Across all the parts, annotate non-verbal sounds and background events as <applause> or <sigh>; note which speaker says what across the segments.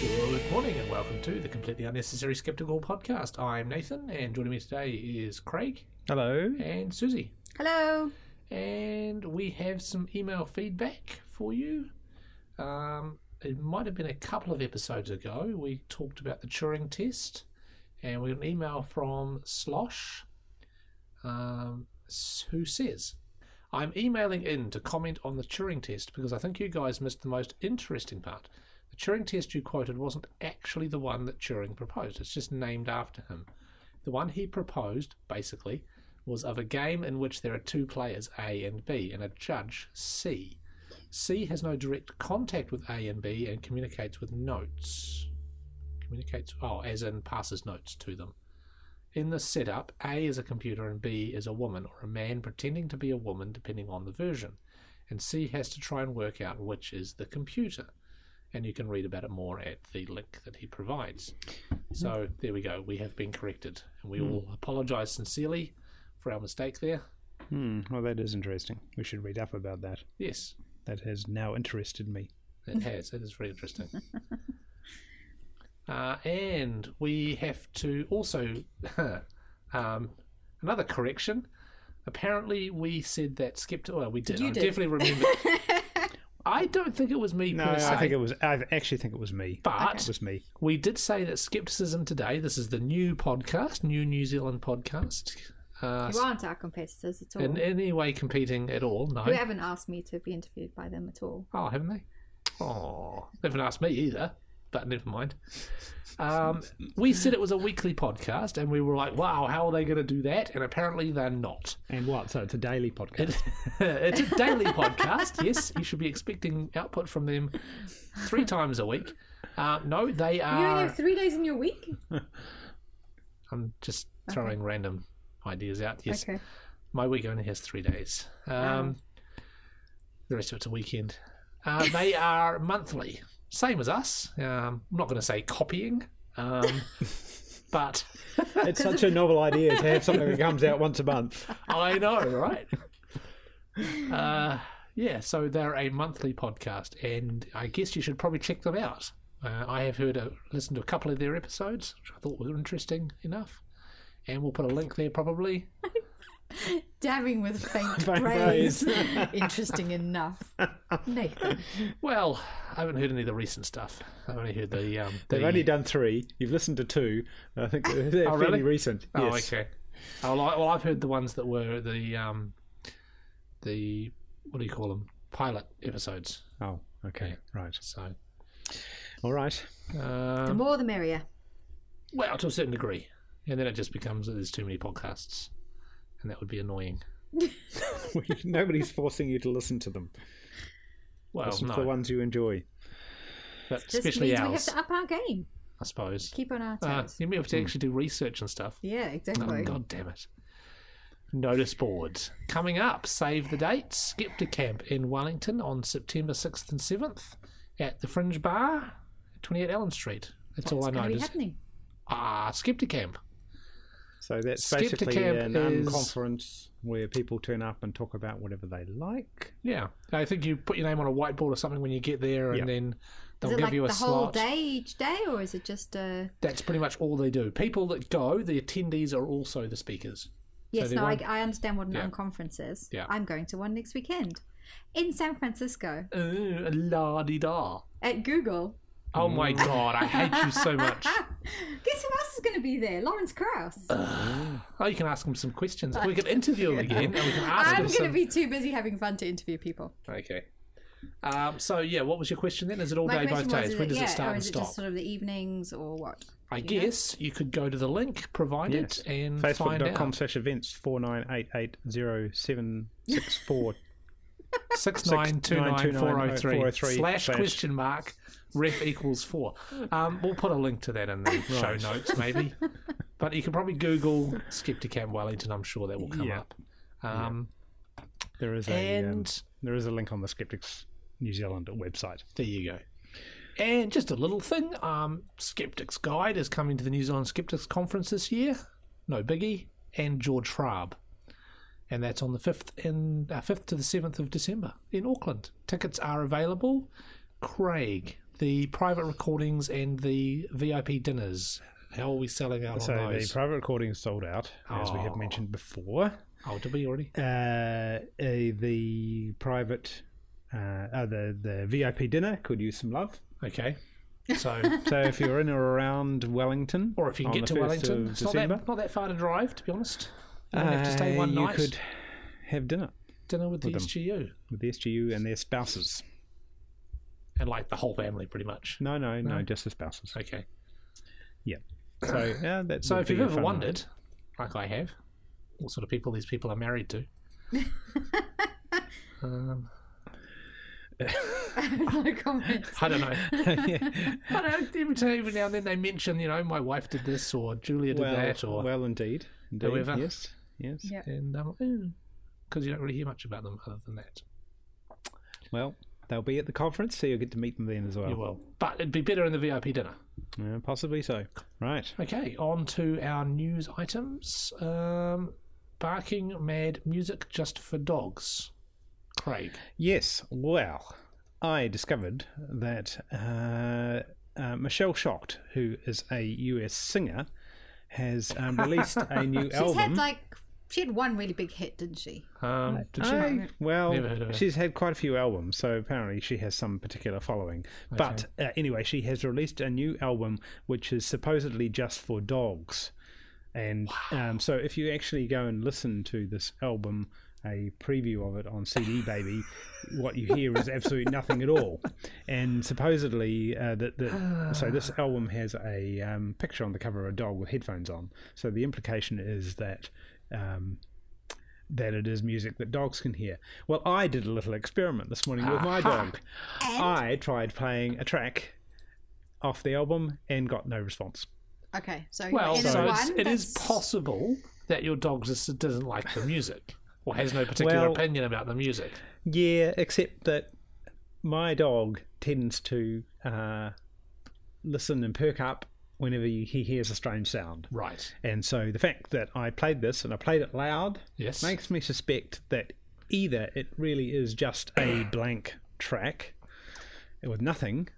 Speaker 1: Good morning and welcome to the Completely Unnecessary Skeptical podcast. I'm Nathan, and joining me today is Craig
Speaker 2: Hello.
Speaker 1: and Susie.
Speaker 3: Hello.
Speaker 1: And we have some email feedback for you. Um, it might have been a couple of episodes ago. We talked about the Turing test, and we got an email from Slosh um, s- who says, I'm emailing in to comment on the Turing test because I think you guys missed the most interesting part. The Turing test you quoted wasn't actually the one that Turing proposed, it's just named after him. The one he proposed, basically, was of a game in which there are two players, A and B, and a judge, C. C has no direct contact with A and B and communicates with notes. Communicates, oh, as in passes notes to them. In this setup, A is a computer and B is a woman or a man pretending to be a woman depending on the version. And C has to try and work out which is the computer. And you can read about it more at the link that he provides. So there we go. We have been corrected. And we all apologise sincerely for our mistake there.
Speaker 2: Hmm. Well, that is interesting. We should read up about that.
Speaker 1: Yes,
Speaker 2: That has now interested me.
Speaker 1: it has. It is very interesting.
Speaker 3: <laughs>
Speaker 1: Uh, and we have to also <laughs> um, another correction. Apparently, we said that skeptic. Well, we did.
Speaker 3: You
Speaker 1: I
Speaker 3: did.
Speaker 1: definitely
Speaker 3: <laughs>
Speaker 1: remember. I don't think it was me
Speaker 2: No,
Speaker 1: per se,
Speaker 2: I think it was. I actually think it was me.
Speaker 1: but
Speaker 2: It was me.
Speaker 1: we did say that skepticism today. This is the new podcast, new New Zealand podcast. Uh,
Speaker 3: You aren't our competitors at all.
Speaker 1: in any way competing at all? No.
Speaker 3: you haven't asked me to be interviewed by them at all.
Speaker 1: Oh, haven't they? Oh, they haven't asked me either, but never mind. Um, we said it was a weekly podcast, and we were like, wow, how are they going to do that? And apparently they're not.
Speaker 2: And what? So it's a daily podcast. <laughs>
Speaker 1: It- <laughs> it's a daily podcast, yes. You should be expecting output from them three times a week. Uh, no, they
Speaker 3: you only have
Speaker 1: are.
Speaker 3: three days in your week?
Speaker 1: I'm just throwing random ideas out, yes.
Speaker 3: Okay.
Speaker 1: My week only has three days. Um, The rest of it's a weekend. Uh, they are monthly, same as us. Um, I'm not going to say copying, um, but
Speaker 2: it's such a novel idea to have something that comes out once a <laughs> month.
Speaker 1: I know, right? Uh, yeah, so they're a monthly podcast, and I guess you should probably check them out. Uh, I have heard, a, listened to a couple of their episodes, which I thought were interesting enough, and we'll put a link there probably. <laughs>
Speaker 3: Dabbing with faint
Speaker 2: Faint
Speaker 3: praise. <laughs> Interesting enough. Nathan.
Speaker 1: Well, I haven't heard any of the recent stuff. I've only heard the. Um,
Speaker 2: They've
Speaker 1: the-
Speaker 2: only done three. You've listened to two. I think they're <laughs>
Speaker 1: Oh,
Speaker 2: fairly
Speaker 1: really?
Speaker 2: recent.
Speaker 1: Oh,
Speaker 2: yes.
Speaker 1: okay. Oh, well, I- well, I've heard the ones that were the um, the what do you call them? Pilot episodes.
Speaker 2: Oh, okay. Right.
Speaker 1: So,
Speaker 2: All right. <laughs>
Speaker 3: The
Speaker 1: um,
Speaker 3: more the merrier.
Speaker 1: well, to a certain degree, and then it just becomes that there's too many podcasts, and that would be annoying.
Speaker 2: Nobody's forcing you to listen to them.
Speaker 1: Well,
Speaker 2: Listen to the
Speaker 1: no,
Speaker 2: ones you enjoy.
Speaker 1: but
Speaker 3: Just
Speaker 1: especially
Speaker 3: means we have
Speaker 1: ours,
Speaker 3: to up Hmm. our game.
Speaker 1: I suppose.
Speaker 3: Keep on our
Speaker 1: Uh,
Speaker 3: toes.
Speaker 1: you may have to actually do research and stuff.
Speaker 3: yeah,
Speaker 1: Oh,
Speaker 3: exactly.
Speaker 1: God damn it. Notice boards. Coming up, save the date, Skeptic Camp in Wellington on September 6th and 7th at the Fringe Bar, 28 Ellen Street. That's all I
Speaker 3: What's
Speaker 1: know.
Speaker 3: going to be
Speaker 1: Just-
Speaker 3: happening?
Speaker 1: Ah, Skeptic Camp.
Speaker 2: So that's
Speaker 1: Skepticamp
Speaker 2: basically an um,
Speaker 1: is-
Speaker 2: conference where people turn up and talk about whatever they like.
Speaker 1: Yeah. I think you put your name on a whiteboard or something when you get there, and
Speaker 2: Yeah.
Speaker 1: then they'll
Speaker 3: Is it
Speaker 1: give
Speaker 3: like
Speaker 1: you a
Speaker 3: the whole
Speaker 1: slot.
Speaker 3: day each day, or is it just uh
Speaker 1: That's pretty much all they do. People that go, the attendees are also the speakers.
Speaker 3: Yes,
Speaker 1: they
Speaker 3: no, I,
Speaker 1: won't-
Speaker 3: I understand what an
Speaker 1: Yeah.
Speaker 3: unconference is.
Speaker 1: Yeah.
Speaker 3: I'm going to one next weekend in San Francisco
Speaker 1: Ooh, la di da.
Speaker 3: at Google.
Speaker 1: Oh my god, I hate you so <laughs> much.
Speaker 3: <laughs> Guess who else is going to be there? Lawrence Krauss.
Speaker 1: Oh, you can ask him some questions. We can
Speaker 3: <laughs>
Speaker 1: interview him again, and we can ask
Speaker 3: I'm
Speaker 1: him
Speaker 3: going
Speaker 1: some.
Speaker 3: to be too busy having fun to interview people.
Speaker 1: Okay. Um, so yeah, what was your question then? Is it all day,
Speaker 3: My
Speaker 1: both
Speaker 3: question was,
Speaker 1: days?
Speaker 3: is
Speaker 1: When does
Speaker 3: yeah,
Speaker 1: it
Speaker 3: or
Speaker 1: start and
Speaker 3: is it
Speaker 1: stop?
Speaker 3: just sort of the evenings
Speaker 1: <laughs>
Speaker 3: or what? <laughs>
Speaker 1: I guess you could go to the link provided
Speaker 2: Yes.
Speaker 1: and find
Speaker 2: Facebook.com
Speaker 1: out.
Speaker 2: slash events four nine eight eight zero seven six
Speaker 1: <laughs>
Speaker 2: four.
Speaker 1: Six nine two nine four zero three
Speaker 2: 6929403
Speaker 1: slash
Speaker 2: slash-
Speaker 1: question mark ref equals four. Um, we'll put a link to that in the show
Speaker 2: Right.
Speaker 1: notes maybe. but you can probably Google Skepticam Wellington. I'm sure that will come
Speaker 2: Yeah.
Speaker 1: up. Um,
Speaker 2: There is a um,
Speaker 1: And-
Speaker 2: there is a link on the Skeptics New Zealand website.
Speaker 1: There you go. And just a little thing, um, Skeptics Guide is coming to the New Zealand Skeptics Conference this year. No biggie. And George Traub. And that's on the 5th, in, uh, 5th to the 7th of December in Auckland. Tickets are available. Craig, the private recordings and the VIP dinners. How are we selling out
Speaker 2: So
Speaker 1: on
Speaker 2: the
Speaker 1: those?
Speaker 2: private recording is sold out, as we
Speaker 1: Oh.
Speaker 2: have mentioned before.
Speaker 1: oh, did we already?
Speaker 2: Uh, uh, the private, uh, uh, the the VIP dinner could use some love.
Speaker 1: Okay.
Speaker 2: <laughs>
Speaker 1: So,
Speaker 2: So if you're in or around
Speaker 1: <laughs>
Speaker 2: Wellington,
Speaker 1: or if you can
Speaker 2: on
Speaker 1: get to
Speaker 2: the 1st
Speaker 1: Wellington,
Speaker 2: of
Speaker 1: it's not that,
Speaker 2: December,
Speaker 1: not that far to drive, to be honest. You don't have to stay
Speaker 2: uh,
Speaker 1: one night.
Speaker 2: You could have dinner
Speaker 1: dinner with, the
Speaker 2: them.
Speaker 1: SGU
Speaker 2: with the SGU and their spouses.
Speaker 1: and like the whole family, pretty much.
Speaker 2: No, no, no,
Speaker 1: No?
Speaker 2: just the spouses.
Speaker 1: Okay.
Speaker 2: So yeah, that
Speaker 1: So
Speaker 2: would
Speaker 1: if
Speaker 2: be
Speaker 1: you've
Speaker 2: a
Speaker 1: ever
Speaker 2: fun night.
Speaker 1: wondered, like I have, what sort of people these people are married <laughs> to. um,
Speaker 3: I have no comments.
Speaker 1: I don't know.
Speaker 2: <laughs> Yeah.
Speaker 1: <laughs> I don't, every, time, every now and then they mention, you know, my wife did this or Julia did
Speaker 2: well,
Speaker 1: that or
Speaker 2: well, indeed, indeed.
Speaker 1: whoever.
Speaker 2: Yes, yes.
Speaker 3: Yeah.
Speaker 1: and um, because you don't really hear much about them other than that.
Speaker 2: Well, they'll be at the conference, so you'll get to meet them then as well.
Speaker 1: You will, but it'd be better in the VIP dinner.
Speaker 2: Yeah, possibly so. Right.
Speaker 1: Okay, on to our news items. Um, barking mad music just for dogs. Craig.
Speaker 2: Yes. Well, I discovered that uh, uh, Michelle Schacht, who is a US singer, has um, released a new
Speaker 3: <laughs> She's
Speaker 2: album.
Speaker 3: had like she had one really big hit, didn't she?
Speaker 1: Um, did you?
Speaker 2: I, well,
Speaker 1: Never heard of her.
Speaker 2: she's had quite a few albums, so apparently she has some particular following. But uh, anyway, she has released a new album which is supposedly just for dogs. And um, so if you actually go and listen to this album, a preview of it on CD Baby, what you hear
Speaker 1: <laughs>
Speaker 2: is absolutely nothing at all. And supposedly, uh,
Speaker 1: <sighs>
Speaker 2: that the, so this album has a um, picture on the cover of a dog with headphones on. So the implication is that. Um, that it is music that dogs can hear. Well, I did a little experiment this morning with my dog.
Speaker 3: And
Speaker 1: Uh,
Speaker 2: I tried playing a track off the album and got no response.
Speaker 3: okay, so
Speaker 1: Well,
Speaker 3: it is
Speaker 1: so it's,
Speaker 3: one.
Speaker 1: it is
Speaker 3: that's-
Speaker 1: possible that your dog just doesn't like the music or has no particular
Speaker 2: Well-
Speaker 1: opinion about the music.
Speaker 2: Yeah, except that my dog tends to uh, listen and perk up whenever he hears a strange sound.
Speaker 1: Right.
Speaker 2: And so the fact that I played this and I played it loud
Speaker 1: Yes.
Speaker 2: makes me suspect that either it really is just a blank track with nothing,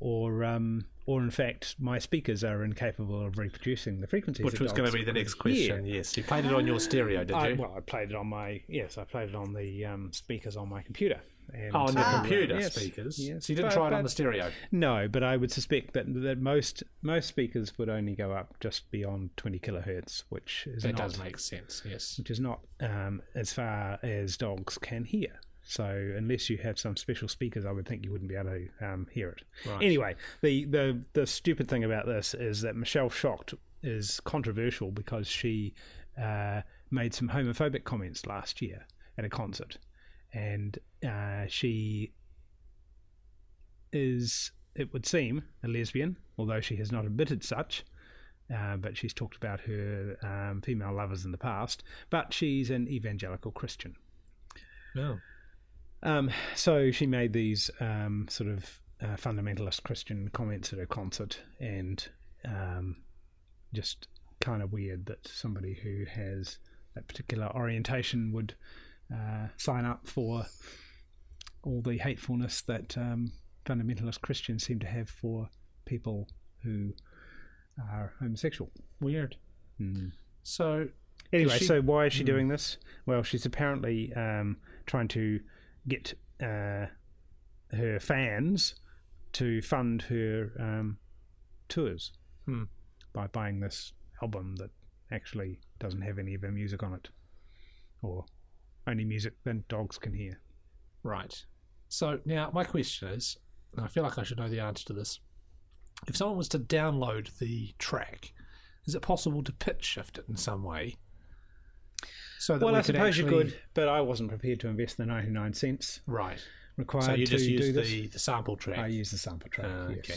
Speaker 2: or um, or in fact my speakers are incapable of reproducing the frequencies.
Speaker 1: Which
Speaker 2: that
Speaker 1: was going
Speaker 2: dogs
Speaker 1: to be the
Speaker 2: can
Speaker 1: next
Speaker 2: hear.
Speaker 1: question. Yes. You played it on your stereo, did
Speaker 2: I,
Speaker 1: you?
Speaker 2: well, I played it on my yes, I played it on the um, speakers on my computer. And,
Speaker 1: Oh, on your
Speaker 2: uh,
Speaker 1: computer
Speaker 2: yes,
Speaker 1: speakers.
Speaker 2: yes.
Speaker 1: so you didn't
Speaker 2: But-
Speaker 1: try it
Speaker 2: but-
Speaker 1: on the stereo.
Speaker 2: No, but I would suspect that that most most speakers would only go up just beyond twenty kilohertz, which is
Speaker 1: That
Speaker 2: not
Speaker 1: does make sense. Yes.
Speaker 2: which is not um, as far as dogs can hear. So unless you have some special speakers, I would think you wouldn't be able to um, hear it.
Speaker 1: Right.
Speaker 2: Anyway, the, the the stupid thing about this is that Michelle Shocked is controversial because she uh, made some homophobic comments last year at a concert, and uh, she is, it would seem, a lesbian, although she has not admitted such. Uh, but she's talked about her um, female lovers in the past. But she's an evangelical Christian.
Speaker 1: No.
Speaker 2: Um, so she made these um, sort of uh, fundamentalist Christian comments at her concert, and um, just kind of weird that somebody who has that particular orientation would uh, sign up for all the hatefulness that um, fundamentalist Christians seem to have for people who are homosexual.
Speaker 1: Weird.
Speaker 2: Mm.
Speaker 1: So,
Speaker 2: Anyway,
Speaker 1: Is she- Hmm.
Speaker 2: so why is she doing this? Well, she's apparently um, trying to get uh, her fans to fund her um, tours
Speaker 1: Hmm.
Speaker 2: by buying this album that actually doesn't have any of her music on it, or only music that dogs can hear.
Speaker 1: right. So now my question is, and I feel like I should know the answer to this. If someone was to download the track, is it possible to pitch shift it in some way? So that
Speaker 2: well,
Speaker 1: we
Speaker 2: I
Speaker 1: could
Speaker 2: suppose you
Speaker 1: actually-
Speaker 2: could, but I wasn't prepared to invest the ninety-nine cents
Speaker 1: Right.
Speaker 2: required
Speaker 1: So you
Speaker 2: to
Speaker 1: just
Speaker 2: do
Speaker 1: use
Speaker 2: this.
Speaker 1: the, the sample track.
Speaker 2: I use the sample track.
Speaker 1: Ah,
Speaker 2: yes.
Speaker 1: okay.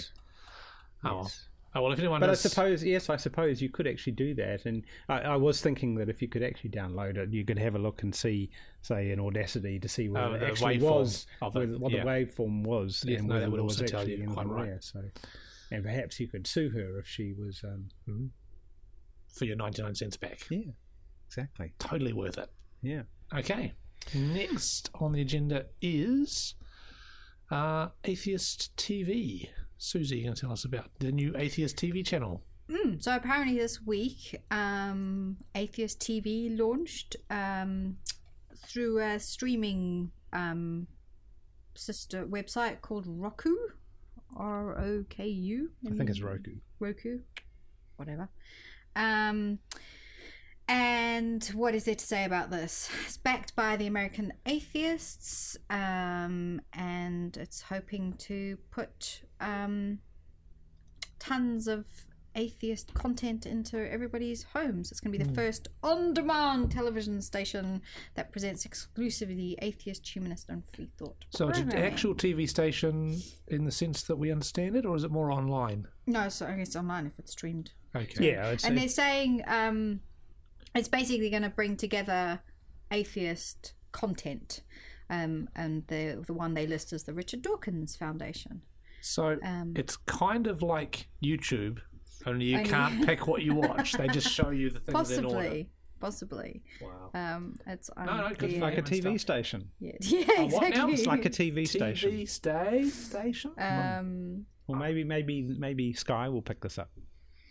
Speaker 1: oh, well.
Speaker 2: yes.
Speaker 1: Oh, well, if anyone
Speaker 2: But I
Speaker 1: knows-
Speaker 2: suppose, yes, I suppose you could actually do that. And I, I was thinking that if you could actually download it, you could have a look and see, say, in Audacity to see whether
Speaker 1: Oh,
Speaker 2: it
Speaker 1: the
Speaker 2: actually
Speaker 1: waveform
Speaker 2: was,
Speaker 1: of it,
Speaker 2: whether, what
Speaker 1: yeah.
Speaker 2: the waveform was,
Speaker 1: Yes,
Speaker 2: and
Speaker 1: no,
Speaker 2: whether
Speaker 1: that would
Speaker 2: it was
Speaker 1: also tell
Speaker 2: actually
Speaker 1: you,
Speaker 2: anything
Speaker 1: quite right.
Speaker 2: there. So, and perhaps you could sue her if she was, um,
Speaker 1: for your 99 cents back.
Speaker 2: yeah, exactly,
Speaker 1: Totally worth it.
Speaker 2: yeah.
Speaker 1: Okay. Next on the agenda is uh, uh, Atheist TV. Susie, you going to tell us about the new Atheist TV channel?
Speaker 3: Mm, so apparently this week, um, Atheist TV launched um, through a streaming um, sister website called Roku, R O K U.
Speaker 2: I think it's Roku.
Speaker 3: Roku, whatever. Um, and what is there to say about this? It's backed by the American Atheists, um, and it's hoping to put um, tons of atheist content into everybody's homes. It's going to be the first on demand television station that presents exclusively atheist, humanist, and free thought.
Speaker 1: So it's an
Speaker 3: programming.
Speaker 1: actual TV station in the sense that we understand it, or is it more online?
Speaker 3: No, so I guess online if it's streamed.
Speaker 1: Okay.
Speaker 2: Yeah, it's,
Speaker 3: and they're saying um, it's basically going to bring together atheist content, um, and the the one they list is the Richard Dawkins Foundation.
Speaker 1: So
Speaker 3: Um,
Speaker 1: it's kind of like YouTube, only you
Speaker 3: Only-
Speaker 1: can't pick what you watch. They just show you the things in order.
Speaker 3: possibly, possibly.
Speaker 1: Wow.
Speaker 3: Um, it's on
Speaker 1: no, good
Speaker 3: the-
Speaker 1: for
Speaker 2: like a
Speaker 1: and
Speaker 2: TV
Speaker 1: stuff.
Speaker 2: station.
Speaker 3: Yeah, <laughs> yeah,
Speaker 1: what now?
Speaker 3: exactly.
Speaker 2: It's like a TV, station.
Speaker 1: TV stay station?
Speaker 3: um,
Speaker 2: Well, maybe, maybe, maybe Sky will pick this up.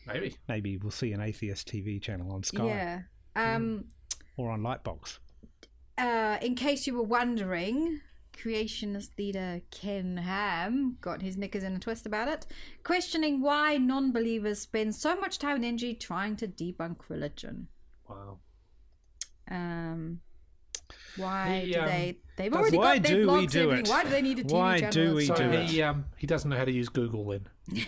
Speaker 1: Maybe.
Speaker 2: Maybe we'll see an atheist TV channel on Sky
Speaker 3: yeah. Um,
Speaker 2: or on Lightbox.
Speaker 3: uh, in case you were wondering, creationist leader Ken Ham got his knickers in a twist about it, questioning why non believers spend so much time and energy trying to debunk religion.
Speaker 1: Wow.
Speaker 3: Um, why
Speaker 1: He,
Speaker 3: do
Speaker 1: um,
Speaker 3: they? They've
Speaker 1: does-
Speaker 3: already
Speaker 2: Why
Speaker 3: got
Speaker 2: do
Speaker 3: their
Speaker 2: we
Speaker 3: blogs and
Speaker 2: do
Speaker 3: everything.
Speaker 2: it?
Speaker 3: Why do they need a TV
Speaker 2: Why
Speaker 3: channel?
Speaker 2: do we
Speaker 3: that's
Speaker 2: do
Speaker 1: So
Speaker 2: it?
Speaker 1: he, um, he doesn't know how to use Google then.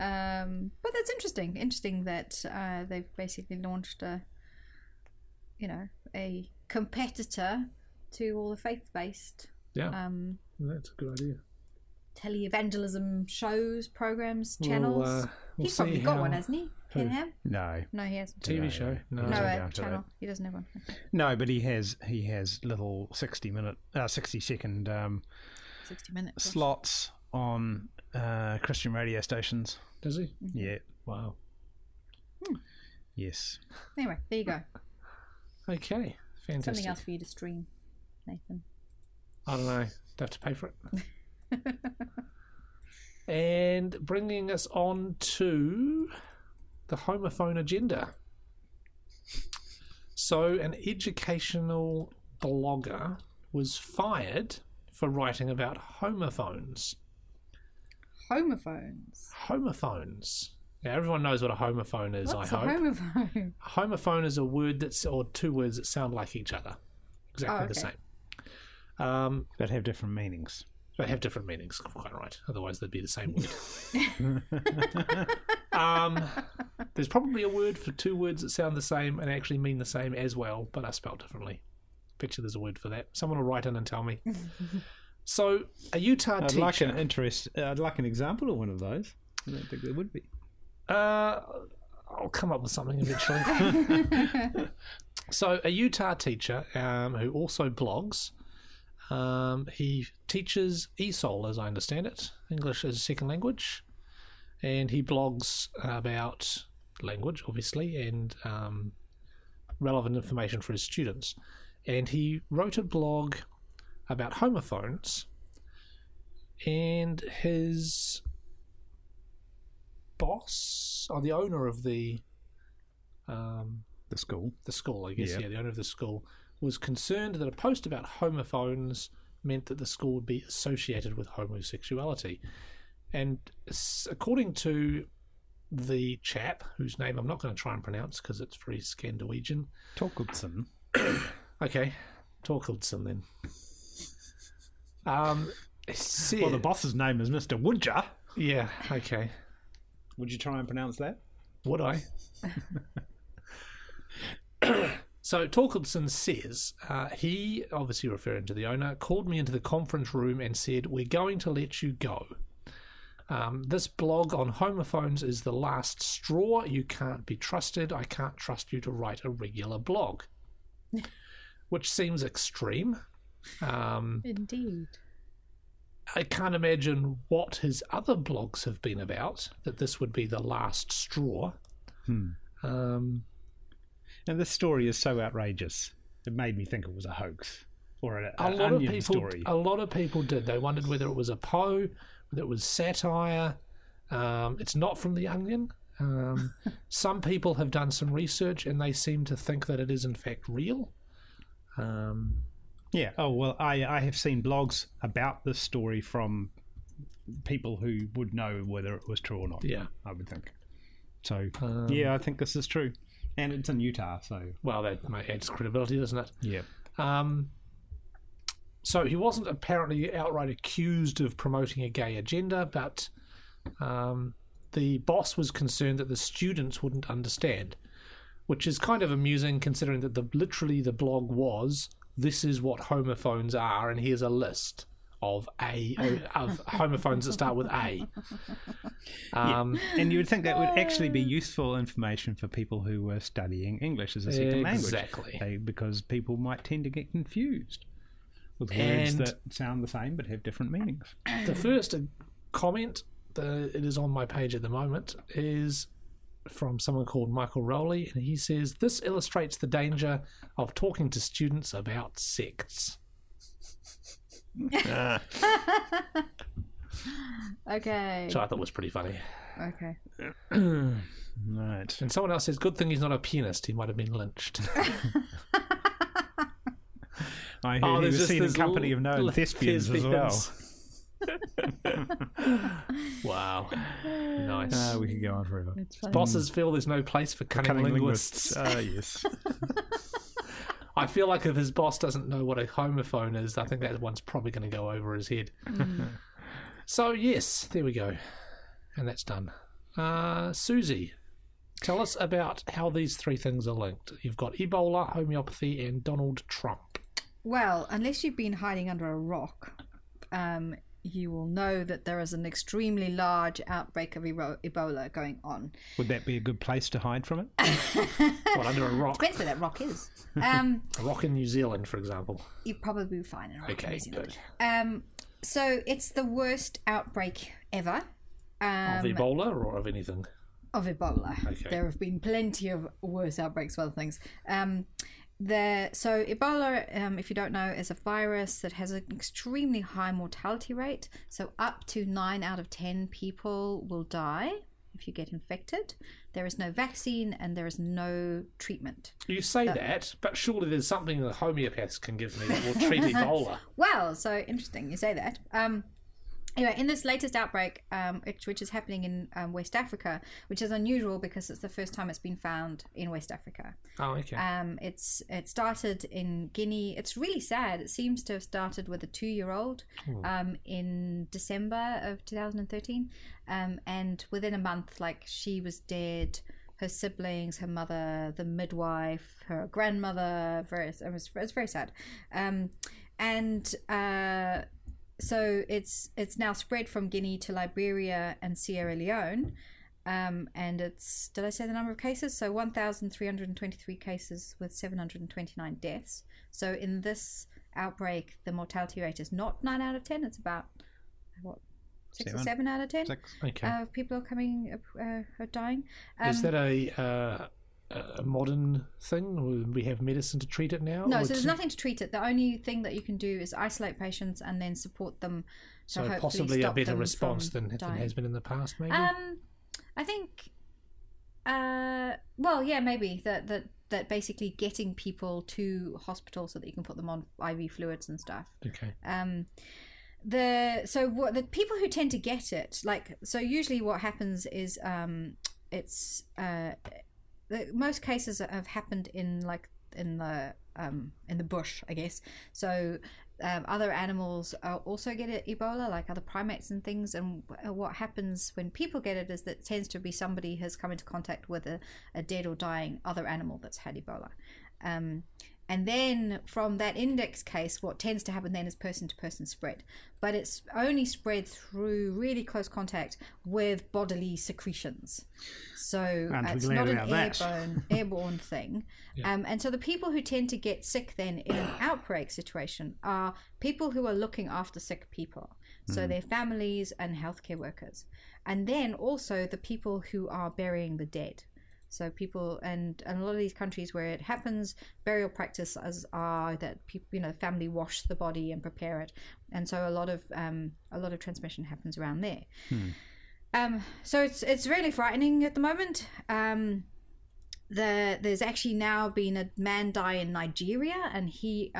Speaker 3: Um, but that's interesting. Interesting that uh, they've basically launched a, you know, a competitor to all the faith-based
Speaker 1: Yeah.
Speaker 3: um,
Speaker 1: That's a good idea.
Speaker 3: televangelism shows, programs,
Speaker 1: We'll,
Speaker 3: channels.
Speaker 1: uh, we'll
Speaker 3: He's probably
Speaker 1: see
Speaker 3: got
Speaker 1: how-
Speaker 3: one, hasn't he?
Speaker 1: who?
Speaker 3: Kenham?
Speaker 2: No,
Speaker 3: No, he hasn't.
Speaker 1: TV
Speaker 2: No,
Speaker 1: show? No.
Speaker 3: no,
Speaker 2: I'll
Speaker 3: uh,
Speaker 2: go after
Speaker 3: channel. He doesn't have one.
Speaker 2: No, but he has he has little sixty minute, uh, sixty second um,
Speaker 3: Sixty minutes. or-
Speaker 2: slots on uh, Christian radio stations.
Speaker 1: Does he?
Speaker 2: Yeah.
Speaker 1: Wow.
Speaker 2: Yes.
Speaker 3: Anyway, there you go.
Speaker 1: Okay. Fantastic.
Speaker 3: Something else for you to stream, Nathan.
Speaker 1: I don't know. They have to pay for it.
Speaker 3: <laughs>
Speaker 1: and bringing us on to the homophone agenda. So, an educational blogger was fired for writing about homophones.
Speaker 3: Homophones.
Speaker 1: Homophones. Now, everyone knows what a homophone is,
Speaker 3: What's
Speaker 1: I
Speaker 3: a
Speaker 1: hope. <laughs>
Speaker 3: homophone?
Speaker 1: homophone is a word that's, or two words that sound like each other, exactly
Speaker 3: Oh,
Speaker 1: the
Speaker 3: okay.
Speaker 1: same. Um,
Speaker 2: That have different meanings.
Speaker 1: They have different meanings, quite right. Otherwise, they'd be the same word.
Speaker 3: <laughs>
Speaker 1: um, there's probably a word for two words that sound the same and actually mean the same as well, but are spelled differently. Bet you there's a word for that. Someone will write in and tell
Speaker 3: <laughs>
Speaker 1: me. so, a Utah
Speaker 2: I'd
Speaker 1: teacher.
Speaker 2: like an interest. I'd like an example of one of those. I don't think there would be.
Speaker 1: Uh, I'll come up with something eventually.
Speaker 3: <laughs>
Speaker 1: so, a Utah teacher um, who also blogs, um, he teaches ESOL, as I understand it, English as a second language, and he blogs about language, obviously, and um, relevant information for his students. And he wrote a blog about homophones, and his boss or the owner of the um,
Speaker 2: The school.
Speaker 1: the school, I guess.
Speaker 2: Yeah.
Speaker 1: Yeah. the owner of the school was concerned that a post about homophones meant that the school would be associated with homosexuality, and s- according to the chap whose name I'm not going to try and pronounce because it's very Scandinavian.
Speaker 2: Torkeldsen.
Speaker 1: Okay, Torkeldsen then. Um,
Speaker 2: Well, the
Speaker 1: said-
Speaker 2: boss's name is Mr. Woodger.
Speaker 1: yeah, okay.
Speaker 2: Would you try and pronounce that?
Speaker 1: Would I? so Torkelson says uh, he, obviously referring to the owner, called me into the conference room and said, "We're going to let you go. Um, this blog on homophones is the last straw. You can't be trusted. I can't trust you to write a regular blog." Which seems extreme. Um,
Speaker 3: Indeed.
Speaker 1: I can't imagine what his other blogs have been about, that this would be the last straw. Um,
Speaker 2: And this story is so outrageous. It made me think it was a hoax. or an,
Speaker 1: a
Speaker 2: an
Speaker 1: lot of
Speaker 2: onion
Speaker 1: people,
Speaker 2: story.
Speaker 1: a lot of people did. They wondered whether it was a Poe, whether it was satire. Um, it's not from the Onion.
Speaker 2: <laughs>
Speaker 1: Um, some people have done some research and they seem to think that it is in fact real. Um,
Speaker 2: Yeah. Oh well, I I have seen blogs about this story from people who would know whether it was true or not.
Speaker 1: yeah.
Speaker 2: I would think. So
Speaker 1: Um,
Speaker 2: yeah, I think this is true, and it's in Utah. So
Speaker 1: Well, that might adds credibility, doesn't it?
Speaker 2: yeah.
Speaker 1: Um, so he wasn't apparently outright accused of promoting a gay agenda, but um, the boss was concerned that the students wouldn't understand, which is kind of amusing considering that the literally the blog was this is what homophones are, and here's a list of a of homophones that start with A. Um,
Speaker 2: And you would think that would actually be useful information for people who were studying English as a second language,
Speaker 1: Exactly.
Speaker 2: they, because people might tend to get confused with words
Speaker 1: And-
Speaker 2: that sound the same but have different meanings.
Speaker 1: the first comment that it is on my page at the moment is from someone called Michael Rowley, and he says this illustrates the danger of talking to students about sects.
Speaker 3: <laughs> okay.
Speaker 1: So I thought was pretty funny.
Speaker 3: Okay.
Speaker 2: Right.
Speaker 1: And someone else says, "Good thing he's not a pianist; he might have been lynched."
Speaker 2: I
Speaker 1: Oh,
Speaker 2: heard he was seen in company of known thespians as well.
Speaker 1: wow,
Speaker 3: <laughs>
Speaker 1: nice.
Speaker 2: Uh, we could go on forever.
Speaker 3: It's funny.
Speaker 1: Bosses feel there's no place for cunning,
Speaker 2: Cunning
Speaker 1: linguists.
Speaker 2: linguists. Uh, yes.
Speaker 1: I feel like if his boss doesn't know what a homophone is, I think that one's probably going to go over his head.
Speaker 3: Mm-hmm.
Speaker 1: so, yes, there we go. And that's done. Uh, Susie, tell us about how these three things are linked. You've got Ebola, homeopathy, and Donald
Speaker 3: <laughs>
Speaker 1: Trump.
Speaker 3: Well, unless you've been hiding under a rock, um, you will know that there is an extremely large outbreak of Ebo- Ebola going on.
Speaker 2: <laughs> Would that be a good place to hide from it?
Speaker 1: What, under a rock?
Speaker 3: Depends where that
Speaker 1: <laughs>
Speaker 3: rock is. Um,
Speaker 1: A rock in New Zealand, for example.
Speaker 3: you probably be fine in
Speaker 1: Okay,
Speaker 3: New Zealand.
Speaker 1: good.
Speaker 3: Um, so it's the worst outbreak ever. Um,
Speaker 1: Of Ebola or of anything?
Speaker 3: of Ebola.
Speaker 1: Okay.
Speaker 3: There have been plenty of worse outbreaks of other things. Um, the, so Ebola, um, if you don't know, is a virus that has an extremely high mortality rate. So up to nine out of ten people will die if you get infected. There is no vaccine and there is no treatment.
Speaker 1: You say
Speaker 3: uh,
Speaker 1: that, but surely there's something the homeopaths can give me that
Speaker 3: <laughs>
Speaker 1: will treat Ebola.
Speaker 3: Wow, so interesting you say that. Um, anyway, in this latest outbreak, um, which, which is happening in um, West Africa, which is unusual because it's the first time it's been found in West Africa.
Speaker 1: Oh, okay.
Speaker 3: Um, it's it started in Guinea. It's really sad. It seems to have started with a two-year-old um, in December of 2013, um, and within a month, like she was dead. Her siblings, her mother, the midwife, her grandmother. Various. It was, it was very sad. Um, and uh, so it's it's now spread from Guinea to Liberia and Sierra Leone. Um, and it's did I say the number of cases? So 1,323 cases with 729 deaths. So in this outbreak, the mortality rate is not nine out of ten. It's about what six or
Speaker 2: Seven.
Speaker 3: seven out of ten
Speaker 2: Six.
Speaker 1: okay.
Speaker 3: uh, people are coming uh, are dying.
Speaker 1: Is
Speaker 3: Um,
Speaker 1: that a, uh, a modern thing? We have medicine to treat it now?
Speaker 3: no,
Speaker 1: Or
Speaker 3: so there's
Speaker 1: to-
Speaker 3: nothing to treat it. The only thing that you can do is isolate patients and then support them. to
Speaker 1: so
Speaker 3: hopefully
Speaker 1: possibly a
Speaker 3: stop
Speaker 1: better
Speaker 3: them
Speaker 1: response
Speaker 3: from
Speaker 1: than, than
Speaker 3: dying.
Speaker 1: has been in the past, maybe?
Speaker 3: Um, I think, uh, well, yeah, maybe that that that basically getting people to hospital so that you can put them on IV fluids and stuff.
Speaker 1: okay.
Speaker 3: Um, the so what the people who tend to get it like so usually what happens is um, it's uh, the most cases have happened in like in the um, in the bush, I guess. So um, other animals uh, also get it, Ebola, like other primates and things. And w- what happens when people get it is that it tends to be somebody has come into contact with a, a dead or dying other animal that's had Ebola. Um, and then from that index case, what tends to happen then is person to person spread. But it's only spread through really close contact with bodily secretions. So uh,
Speaker 2: we're
Speaker 3: it's
Speaker 2: glad
Speaker 3: not an
Speaker 2: about that. <laughs>
Speaker 3: airborne, airborne thing. Um, and so the people who tend to get sick then in an outbreak situation are people who are looking after sick people. So
Speaker 2: Mm.
Speaker 3: their families and healthcare workers. And then also the people who are burying the dead. So people and, and a lot of these countries where it happens, burial practices are that people you know family wash the body and prepare it, and so a lot of um, a lot of transmission happens around there.
Speaker 2: Hmm.
Speaker 3: Um, so it's it's really frightening at the moment. Um, the there's actually now been a man die in Nigeria, and he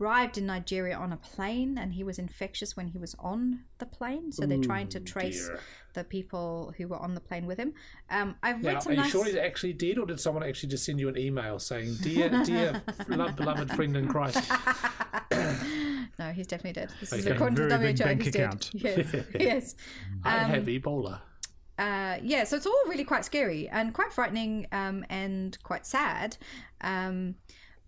Speaker 3: arrived in Nigeria on a plane, and he was infectious when he was on the plane. So they're trying to
Speaker 1: Ooh,
Speaker 3: trace
Speaker 1: dear.
Speaker 3: the people who were on the plane with him. Um, I've read
Speaker 1: Now,
Speaker 3: some
Speaker 1: are you
Speaker 3: nice.
Speaker 1: sure he's actually dead, or did someone actually just send you an email saying,
Speaker 3: <laughs>
Speaker 1: "Dear, dear, love, beloved friend in Christ"?
Speaker 3: <coughs> no, he's definitely dead. This is
Speaker 1: Okay.
Speaker 3: according to
Speaker 2: Very big
Speaker 3: WHO.
Speaker 2: bank
Speaker 3: he's
Speaker 2: account.
Speaker 3: dead.
Speaker 2: <laughs>
Speaker 3: Yes. yes.
Speaker 1: I
Speaker 3: Um,
Speaker 1: have Ebola.
Speaker 3: uh, yeah, so it's all really quite scary and quite frightening um, and quite sad. Um,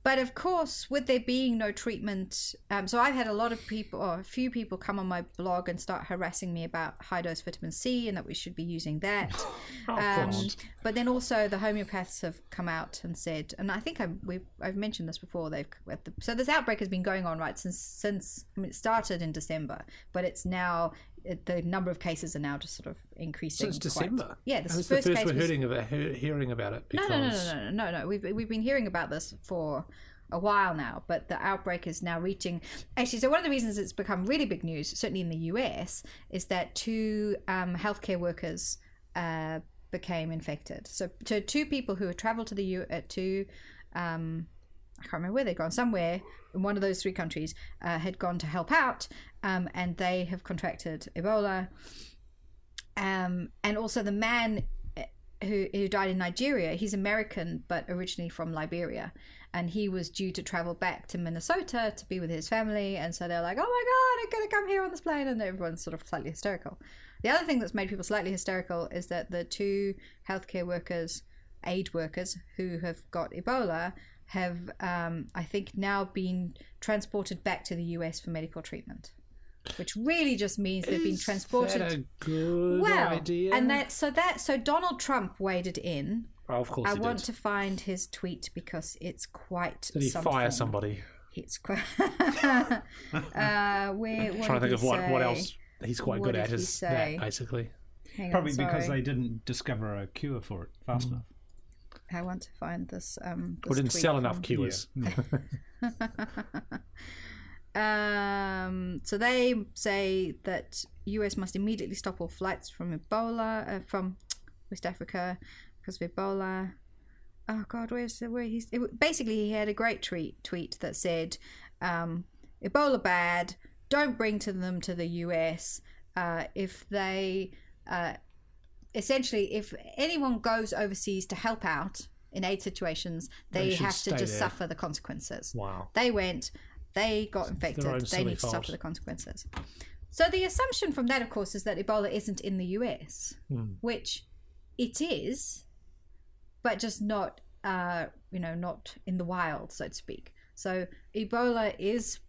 Speaker 3: but of course, with there being no treatment, um, so I've had a lot of people, or a few people, come on my blog and start harassing me about high dose vitamin C and that we should be using that.
Speaker 1: Oh,
Speaker 3: Um,
Speaker 1: God.
Speaker 3: but then also the homeopaths have come out and said, and I think I we I've mentioned this before. They've at the, so this outbreak has been going on right since since I mean, it started in December, but it's now it, the number of cases are now just sort of increasing.
Speaker 1: Since
Speaker 3: quite-
Speaker 1: December.
Speaker 3: yeah,
Speaker 1: And
Speaker 3: this
Speaker 1: it's
Speaker 3: is
Speaker 1: the
Speaker 3: first,
Speaker 1: first
Speaker 3: case.
Speaker 1: we're
Speaker 3: was-
Speaker 1: hearing about, he- hearing about it
Speaker 3: no,
Speaker 1: because
Speaker 3: no, no, no, no, no, no. We've we've been hearing about this for a while now, but the outbreak is now reaching. Actually, so one of the reasons it's become really big news, certainly in the US, is that two um, healthcare workers uh, became infected. So, to two people who had traveled to the U uh, to um, I can't remember where they'd gone, somewhere in one of those three countries, uh, had gone to help out, um, and they have contracted Ebola. Um, and also the man eh, who, who died in Nigeria, he's American, but originally from Liberia. And he was due to travel back to Minnesota to be with his family. And so they're like, oh my God, I'm going to come here on this plane. And everyone's sort of slightly hysterical. The other thing that's made people slightly hysterical is that the two healthcare workers, aid workers who have got Ebola, have, um, I think, now been transported back to the US for medical treatment, which really just means they've been
Speaker 1: Is
Speaker 3: transported.
Speaker 1: That a good
Speaker 3: well,
Speaker 1: idea.
Speaker 3: and that so that so Donald Trump waded in.
Speaker 1: Oh, of course,
Speaker 3: I
Speaker 1: he
Speaker 3: want
Speaker 1: did.
Speaker 3: to find his tweet because it's quite.
Speaker 1: Did he
Speaker 3: something.
Speaker 1: fire somebody?
Speaker 3: It's quite. <laughs>
Speaker 1: <laughs>
Speaker 3: uh, where, what
Speaker 1: trying
Speaker 3: did
Speaker 1: to think
Speaker 3: he
Speaker 1: of what what
Speaker 3: say?
Speaker 1: else he's quite
Speaker 3: What
Speaker 1: good
Speaker 3: did
Speaker 1: at
Speaker 3: he
Speaker 1: is
Speaker 3: say?
Speaker 1: that basically.
Speaker 3: Hang on,
Speaker 4: Probably because
Speaker 3: sorry.
Speaker 4: they didn't discover a cure for it fast
Speaker 2: Mm.
Speaker 4: enough.
Speaker 3: I want to find this. Um,
Speaker 1: Or
Speaker 3: this
Speaker 1: didn't
Speaker 3: tweet
Speaker 1: sell
Speaker 3: from-
Speaker 1: enough cures.
Speaker 3: um, so they say that US must immediately stop all flights from Ebola uh, from West Africa because of Ebola. Oh God, where's the where he's? It, w- basically, he had a great tweet tweet that said, um, "Ebola bad. Don't bring to them to the US. Uh, if they uh, essentially, if anyone goes overseas to help out in aid situations,
Speaker 1: They
Speaker 3: they,
Speaker 1: should
Speaker 3: have to
Speaker 1: stay
Speaker 3: just
Speaker 1: there.
Speaker 3: suffer the consequences."
Speaker 1: Wow.
Speaker 3: They went, they got infected,
Speaker 1: own
Speaker 3: they
Speaker 1: silly
Speaker 3: need to
Speaker 1: fault.
Speaker 3: suffer the consequences. So the assumption from that, of course, is that Ebola isn't in the US,
Speaker 1: Hmm.
Speaker 3: which it is, but just not, uh, you know, not in the wild, so to speak. So Ebola is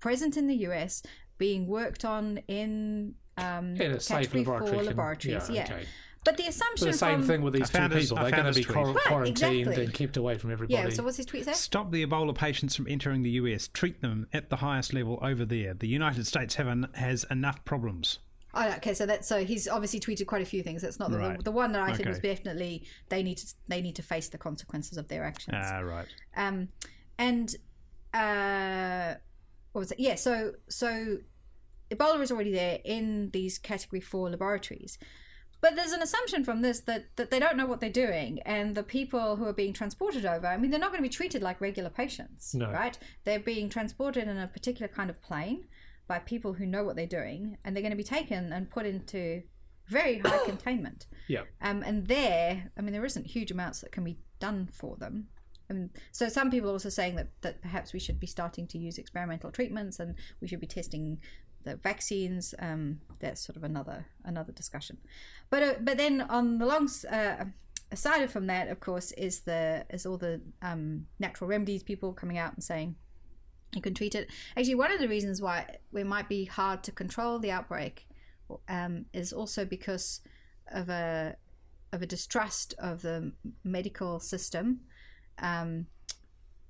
Speaker 3: present in the US, being worked on in um,
Speaker 1: In a safe
Speaker 3: category
Speaker 1: laboratory.
Speaker 3: four
Speaker 1: can-
Speaker 3: laboratories, yeah.
Speaker 1: okay.
Speaker 3: But the
Speaker 1: So
Speaker 3: assumption
Speaker 1: the same
Speaker 3: from
Speaker 1: thing with these
Speaker 2: I
Speaker 1: two
Speaker 2: found his-
Speaker 1: people.
Speaker 2: I
Speaker 1: They're
Speaker 2: found
Speaker 1: going to
Speaker 2: his
Speaker 1: be
Speaker 2: tweet.
Speaker 1: quar-
Speaker 3: Right,
Speaker 1: quarantined
Speaker 3: exactly.
Speaker 1: and kept away from everybody.
Speaker 3: yeah. So what's his tweet say?
Speaker 2: Stop the Ebola patients from entering the US. Treat them at the highest level over there. The United States have en- has enough problems.
Speaker 3: Oh, okay. So that so he's obviously tweeted quite a few things. That's not the-
Speaker 2: Right.
Speaker 3: the, the one that I think was
Speaker 2: Okay.
Speaker 3: definitely they need to they need to face the consequences of their actions.
Speaker 2: Ah, right.
Speaker 3: Um, and uh, what was it? Yeah. So so Ebola is already there in these category four laboratories. But there's an assumption from this that, that they don't know what they're doing, and the people who are being transported over, I mean, they're not going to be treated like regular patients,
Speaker 1: No.
Speaker 3: right? They're being transported in a particular kind of plane by people who know what they're doing, and they're going to be taken and put into very high containment.
Speaker 1: Yeah.
Speaker 3: Um, and there, I mean, there isn't huge amounts that can be done for them. And so some people are also saying that, that perhaps we should be starting to use experimental treatments and we should be testing the vaccines. Um, that's sort of another another discussion. But uh, but then on the long s- uh, aside from that, of course, is the is all the um, natural remedies people coming out and saying you can treat it. Actually, one of the reasons why it might be hard to control the outbreak um, is also because of a of a distrust of the medical system, um,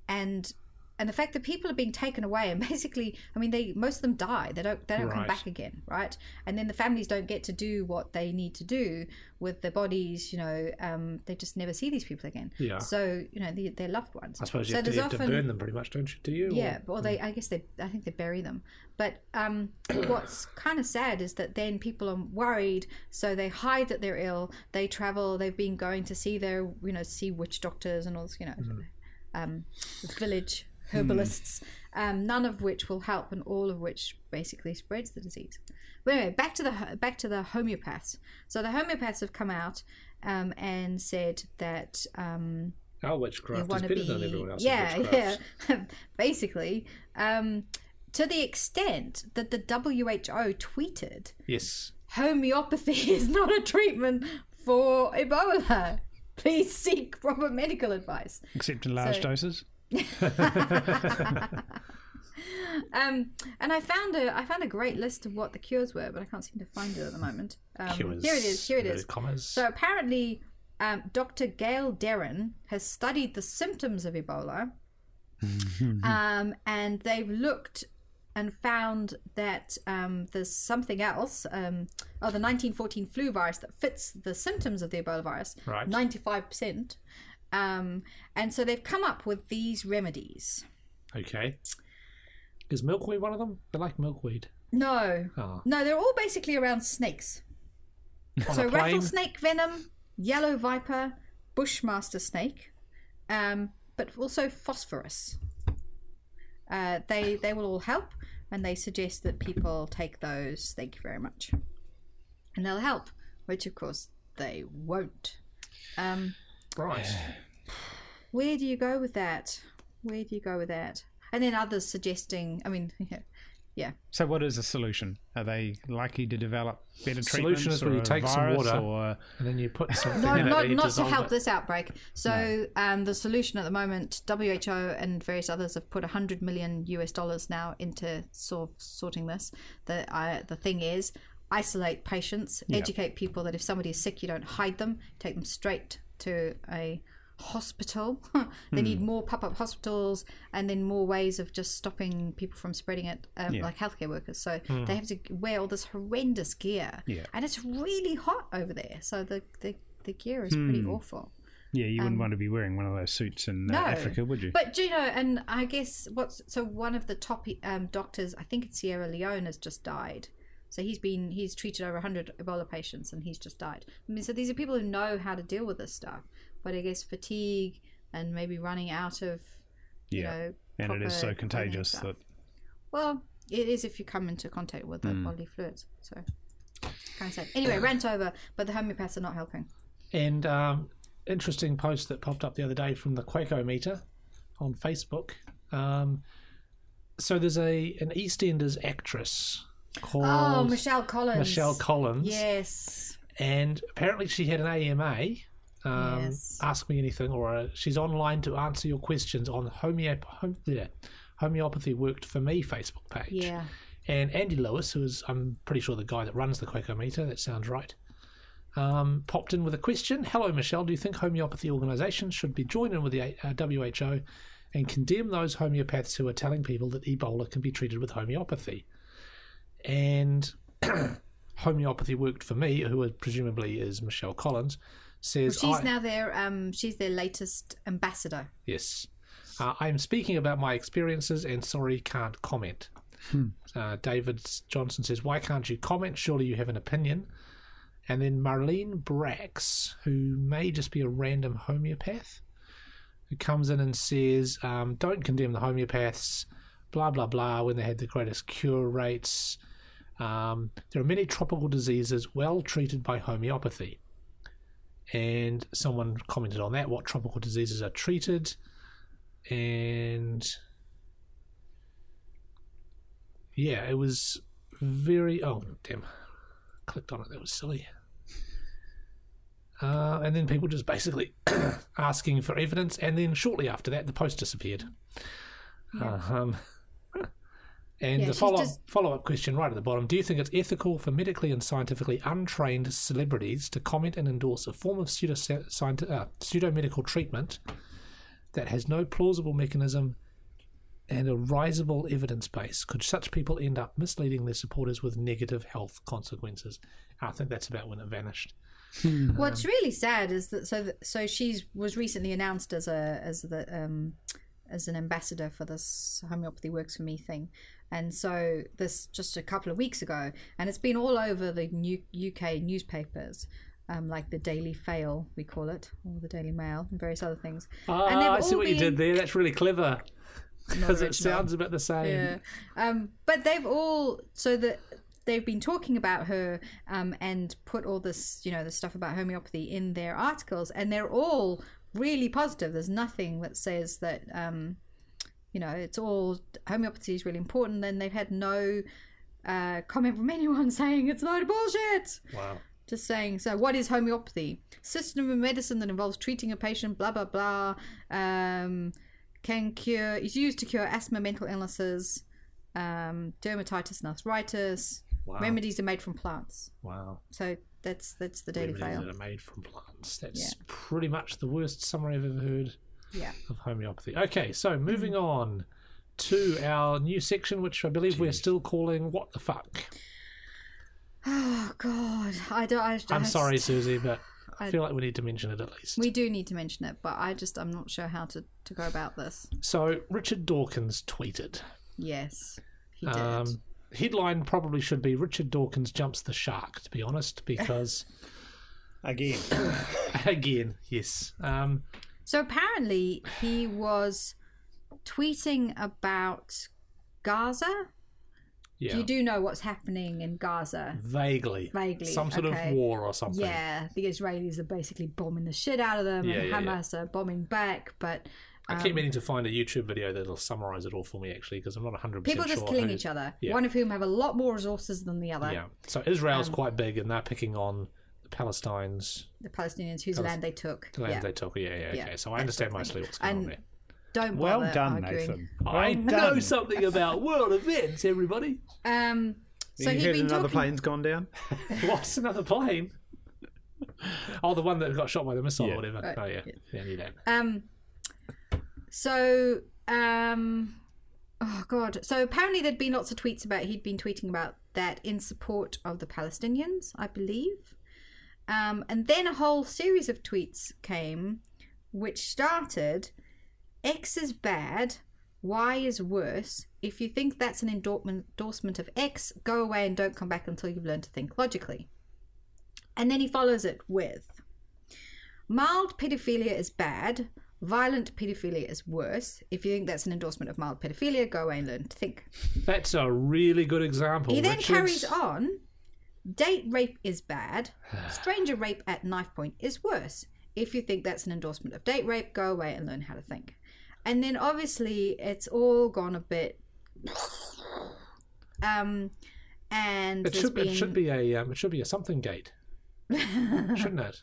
Speaker 3: and and the fact that people are being taken away and <laughs> basically i mean they most of them die they don't they don't come
Speaker 2: Right.
Speaker 3: back again right and then the families don't get to do what they need to do with their bodies you know um, they just never see these people again
Speaker 1: Yeah.
Speaker 3: so you know the, their loved ones
Speaker 1: I suppose you
Speaker 3: so
Speaker 1: have, to, you
Speaker 3: there's
Speaker 1: have to
Speaker 3: often-
Speaker 1: burn them pretty much, don't you? Do you? or- Hmm.
Speaker 3: yeah, well, they I guess they I think they bury them. But um, <coughs> what's kind of sad is that then people are worried, so they hide that they're ill. They travel. They've been going to see their you know see witch doctors and all this you know
Speaker 1: Mm-hmm.
Speaker 3: um, village herbalists.
Speaker 1: Hmm.
Speaker 3: Um, none of which will help, and all of which basically spreads the disease. But anyway, back to the ho- back to the homeopaths. So the homeopaths have come out um, and said that. Um,
Speaker 1: Our witchcraft
Speaker 3: they
Speaker 1: is
Speaker 3: want
Speaker 1: better
Speaker 3: to be
Speaker 1: than everyone else's
Speaker 3: yeah
Speaker 1: witchcraft.
Speaker 3: yeah <laughs> basically um, to the extent that the who tweeted
Speaker 1: Yes.
Speaker 3: homeopathy <laughs> is not a treatment for ebola <laughs> please seek proper medical advice
Speaker 4: Except in large
Speaker 3: So-
Speaker 4: doses.
Speaker 3: um, and i found a i found a great list of what the cures were but i can't seem to find it at the moment um,
Speaker 1: Cures,
Speaker 3: here it is here it
Speaker 1: inverted
Speaker 3: is
Speaker 1: Commas.
Speaker 3: so apparently, um, Dr. Gail Derren has studied the symptoms of Ebola, um, and they've looked and found that um, there's something else. Um, oh, the 1914 flu virus that fits the symptoms of the Ebola virus.
Speaker 1: Right.
Speaker 3: 95%. Um, and so they've come up with these remedies.
Speaker 1: okay. Is milkweed one of them? They like milkweed.
Speaker 3: No,
Speaker 1: Ah.
Speaker 3: no, they're all basically around snakes.
Speaker 1: On
Speaker 3: <laughs> so
Speaker 1: a plane?
Speaker 3: rattlesnake venom, yellow viper, bushmaster snake, um, but also phosphorus. Uh, they they will all help, and they suggest that people take those. Thank you very much, and they'll help, which of course they won't. Um,
Speaker 1: Right.
Speaker 3: where do you go with that? Where do you go with that? And then others suggesting. I mean, <laughs> yeah,
Speaker 2: So, what is the solution? Are they likely to develop better treatments?
Speaker 1: Solution is
Speaker 2: or
Speaker 1: where you
Speaker 2: a
Speaker 1: take some
Speaker 2: virus
Speaker 1: water.
Speaker 2: Or,
Speaker 1: And then you put
Speaker 3: <laughs>
Speaker 1: something <laughs>
Speaker 3: No,
Speaker 1: in
Speaker 3: not,
Speaker 1: it, you
Speaker 3: not to
Speaker 1: dissolve
Speaker 3: help
Speaker 1: it.
Speaker 3: this outbreak. So um, the solution at the moment, WHO and various others have put 100 million US dollars now into sor- sorting this. The, uh, the thing is, isolate patients, educate people that if somebody is sick, you don't hide them, take them straight to a hospital. <laughs> they need more pop-up hospitals and then more ways of just stopping people from spreading it, um, like healthcare workers. So they have to wear all this horrendous gear,
Speaker 2: Yeah.
Speaker 3: and it's really hot over there. So the the, the gear is pretty awful.
Speaker 2: yeah, you wouldn't want to be wearing one of those suits in uh,
Speaker 3: Um, No.
Speaker 2: Africa, would you?
Speaker 3: But do you know, and I guess what's so one of the top um, doctors, I think it's Sierra Leone, has just died. So he's been he's treated over 100 Ebola patients, and he's just died. I mean, so these are people who know how to deal with this stuff. But I guess fatigue and maybe running out of, you
Speaker 2: Yeah.
Speaker 3: know,
Speaker 2: and it is
Speaker 3: proper
Speaker 2: so
Speaker 3: cleaning
Speaker 2: contagious
Speaker 3: stuff.
Speaker 2: that
Speaker 3: Well, it is if you come into contact with the
Speaker 2: Hmm.
Speaker 3: bodily fluids. So kind of sad.
Speaker 2: <sighs>
Speaker 3: Anyway, rant over. But the homeopaths are not helping.
Speaker 1: And um, interesting post that popped up the other day from the Quaco meter on Facebook. Um, so there's a an EastEnders actress called
Speaker 3: Oh, Michelle Collins.
Speaker 1: Michelle Collins,
Speaker 3: Yes.
Speaker 1: and apparently she had an AMA. Um,
Speaker 3: Yes.
Speaker 1: Ask me anything, or uh she's online to answer your questions on homeop- home, yeah, homeopathy worked for me Facebook page.
Speaker 3: Yeah.
Speaker 1: And Andy Lewis, who is, I'm pretty sure, the guy that runs the Quacometer, that sounds right, um, popped in with a question. Hello, Michelle. Do you think homeopathy organisations should be joining with the uh, WHO and condemn those homeopaths who are telling people that Ebola can be treated with homeopathy? And <clears throat> homeopathy worked for me, who presumably is Michelle Collins, says
Speaker 3: She's
Speaker 1: I-
Speaker 3: now their um she's their latest ambassador.
Speaker 1: Yes. Uh, I'm speaking about my experiences and sorry can't comment. Uh, David Johnson says, Why can't you comment? Surely you have an opinion. And then Marlene Brax, who may just be a random homeopath, who comes in and says, um, Don't condemn the homeopaths, blah, blah, blah, when they had the greatest cure rates. Um, there are many tropical diseases well treated by homeopathy and someone commented on that what tropical diseases are treated and yeah it was very oh damn clicked on it that was silly uh, and then people just basically <coughs> asking for evidence and then shortly after that the post disappeared um, <laughs> and
Speaker 3: Yeah,
Speaker 1: the
Speaker 3: she's
Speaker 1: follow-up,
Speaker 3: just-
Speaker 1: follow-up question right at the bottom do you think it's ethical for medically and scientifically untrained celebrities to comment and endorse a form of pseudo uh, pseudo-medical treatment that has no plausible mechanism and a risible evidence base? Could such people end up misleading their supporters with negative health consequences? I think that's about when it vanished. Mm-hmm.
Speaker 3: What's really sad is that so that, so she's was recently announced as a as the um as an ambassador for this homeopathy works for me thing, and so this just a couple of weeks ago, and it's been all over the new UK newspapers. Um, like the Daily Fail, we call it, or the Daily Mail, and various other things.
Speaker 1: Ah,
Speaker 3: they've
Speaker 1: I see
Speaker 3: all
Speaker 1: what you did
Speaker 3: been-
Speaker 1: there. That's really clever because
Speaker 3: original.
Speaker 1: it sounds about the same.
Speaker 3: Yeah. Um, but they've all so that they've been talking about her um, and put all this, you know, the stuff about homeopathy in their articles, and they're all really positive. There's nothing that says that, um, you know, it's all homeopathy is really important. And they've had no uh, comment from anyone <laughs> saying it's a load of bullshit.
Speaker 1: Wow.
Speaker 3: Just saying. So, what is homeopathy? System of medicine that involves treating a patient. Blah blah blah. Um, can cure. Is used to cure asthma, mental illnesses, um, dermatitis, and arthritis.
Speaker 1: Wow.
Speaker 3: Remedies are made from plants.
Speaker 1: Wow.
Speaker 3: So that's that's the daily
Speaker 1: Remedies that
Speaker 3: fail.
Speaker 1: are made from plants. That's pretty much the worst summary I've ever heard
Speaker 3: Yeah. Mm.
Speaker 1: of homeopathy. Okay, so moving on to our new section, which I believe we're still calling "What the fuck."
Speaker 3: <sighs> Oh God, I don't. I,
Speaker 1: I'm
Speaker 3: I-
Speaker 1: sorry, Susie, but I
Speaker 3: I-
Speaker 1: feel like we need to mention it at least.
Speaker 3: We do need to mention it, but I just I'm not sure how to to go about this.
Speaker 1: So Richard Dawkins tweeted.
Speaker 3: Yes, he did.
Speaker 1: Um, headline probably should be Richard Dawkins jumps the shark. To be honest, because
Speaker 2: Again.
Speaker 1: <laughs> again, yes, um,
Speaker 3: So apparently he was tweeting about Gaza.
Speaker 1: yeah,
Speaker 3: You do know what's happening in Gaza.
Speaker 1: vaguely,
Speaker 3: Vaguely,
Speaker 1: some sort
Speaker 3: okay.
Speaker 1: of war or something.
Speaker 3: Yeah, the Israelis are basically bombing the shit out of them,
Speaker 1: Yeah,
Speaker 3: and
Speaker 1: yeah, yeah.
Speaker 3: Hamas are bombing back. But
Speaker 1: I keep
Speaker 3: um,
Speaker 1: meaning to find a YouTube video that'll summarize it all for me, actually, because I'm not 100 percent
Speaker 3: people
Speaker 1: sure.
Speaker 3: just killing
Speaker 1: who-
Speaker 3: each other.
Speaker 1: yeah.
Speaker 3: One of whom have a lot more resources than the other.
Speaker 1: Yeah. So Israel's
Speaker 3: Um,
Speaker 1: quite big, and they're picking on the Palestinians,
Speaker 3: The Palestinians whose
Speaker 1: Palest-
Speaker 3: land they took.
Speaker 1: the land
Speaker 3: yeah.
Speaker 1: they took. Yeah, yeah.
Speaker 3: Yeah,
Speaker 1: Okay. So I
Speaker 3: that
Speaker 1: understand
Speaker 3: sort of
Speaker 1: mostly
Speaker 3: thing.
Speaker 1: what's going on
Speaker 3: And
Speaker 1: there.
Speaker 3: Don't
Speaker 2: Well
Speaker 3: bother
Speaker 2: done,
Speaker 3: arguing.
Speaker 2: Nathan.
Speaker 1: I
Speaker 2: Well
Speaker 1: know
Speaker 2: done.
Speaker 1: something about world events, everybody.
Speaker 3: Um, so
Speaker 2: you
Speaker 3: he'd
Speaker 2: heard
Speaker 3: been
Speaker 2: another
Speaker 3: talking.
Speaker 2: plane's gone down?
Speaker 1: What's another plane? <laughs> oh, the one that got shot by the missile
Speaker 2: Yeah.
Speaker 1: or whatever.
Speaker 3: Right.
Speaker 1: Oh yeah, yeah, you know.
Speaker 3: Um, so, um, oh god. So apparently there'd been lots of tweets about he'd been tweeting about that in support of the Palestinians, I believe. Um, and then a whole series of tweets came, which started, "X is bad." Y is worse. If you think that's an endorsement endorsement of X, go away and don't come back until you've learned to think logically. And then he follows it with Mild pedophilia is bad. Violent pedophilia is worse. If you think that's an endorsement of mild pedophilia, go away and learn to think.
Speaker 1: That's a really good example.
Speaker 3: he then
Speaker 1: Richards.
Speaker 3: carries on. Date rape
Speaker 1: <sighs>
Speaker 3: is bad. Stranger rape at knife point is worse. If you think that's an endorsement of date rape, go away and learn how to think. And then obviously it's all gone a bit. <sighs> Um, and
Speaker 1: It
Speaker 3: there's
Speaker 1: should, it should
Speaker 3: been-
Speaker 1: be a um, it should be a something gate, shouldn't
Speaker 3: <laughs>
Speaker 1: it?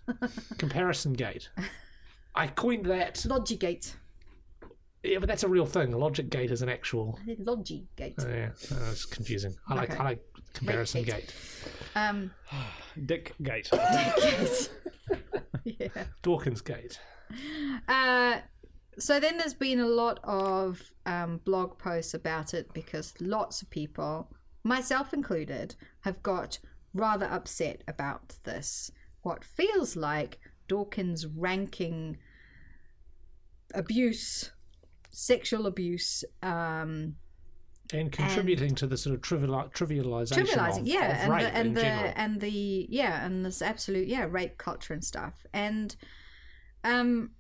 Speaker 1: Comparison gate. I coined that.
Speaker 3: Logigate.
Speaker 1: Yeah, but that's a real thing. Logic gate is an actual.
Speaker 3: Logigate.
Speaker 1: <sighs> Oh, yeah, oh, it's confusing. I like
Speaker 3: Okay.
Speaker 1: I like comparison
Speaker 3: Rape
Speaker 1: gate.
Speaker 3: gate. Um, <laughs>
Speaker 2: Dick Gate.
Speaker 3: yeah.
Speaker 1: Dawkins gate.
Speaker 3: Uh, so then there's been a lot of um, blog posts about it because lots of people, myself included, have got rather upset about this. What feels like Dawkins ranking abuse, sexual abuse, um,
Speaker 1: And contributing to the sort of trivial, trivialization
Speaker 3: trivializing,
Speaker 1: of,
Speaker 3: yeah,
Speaker 1: of
Speaker 3: and
Speaker 1: rape
Speaker 3: the, and
Speaker 1: in
Speaker 3: the
Speaker 1: general.
Speaker 3: and the yeah, and this absolute yeah rape culture and stuff, and um,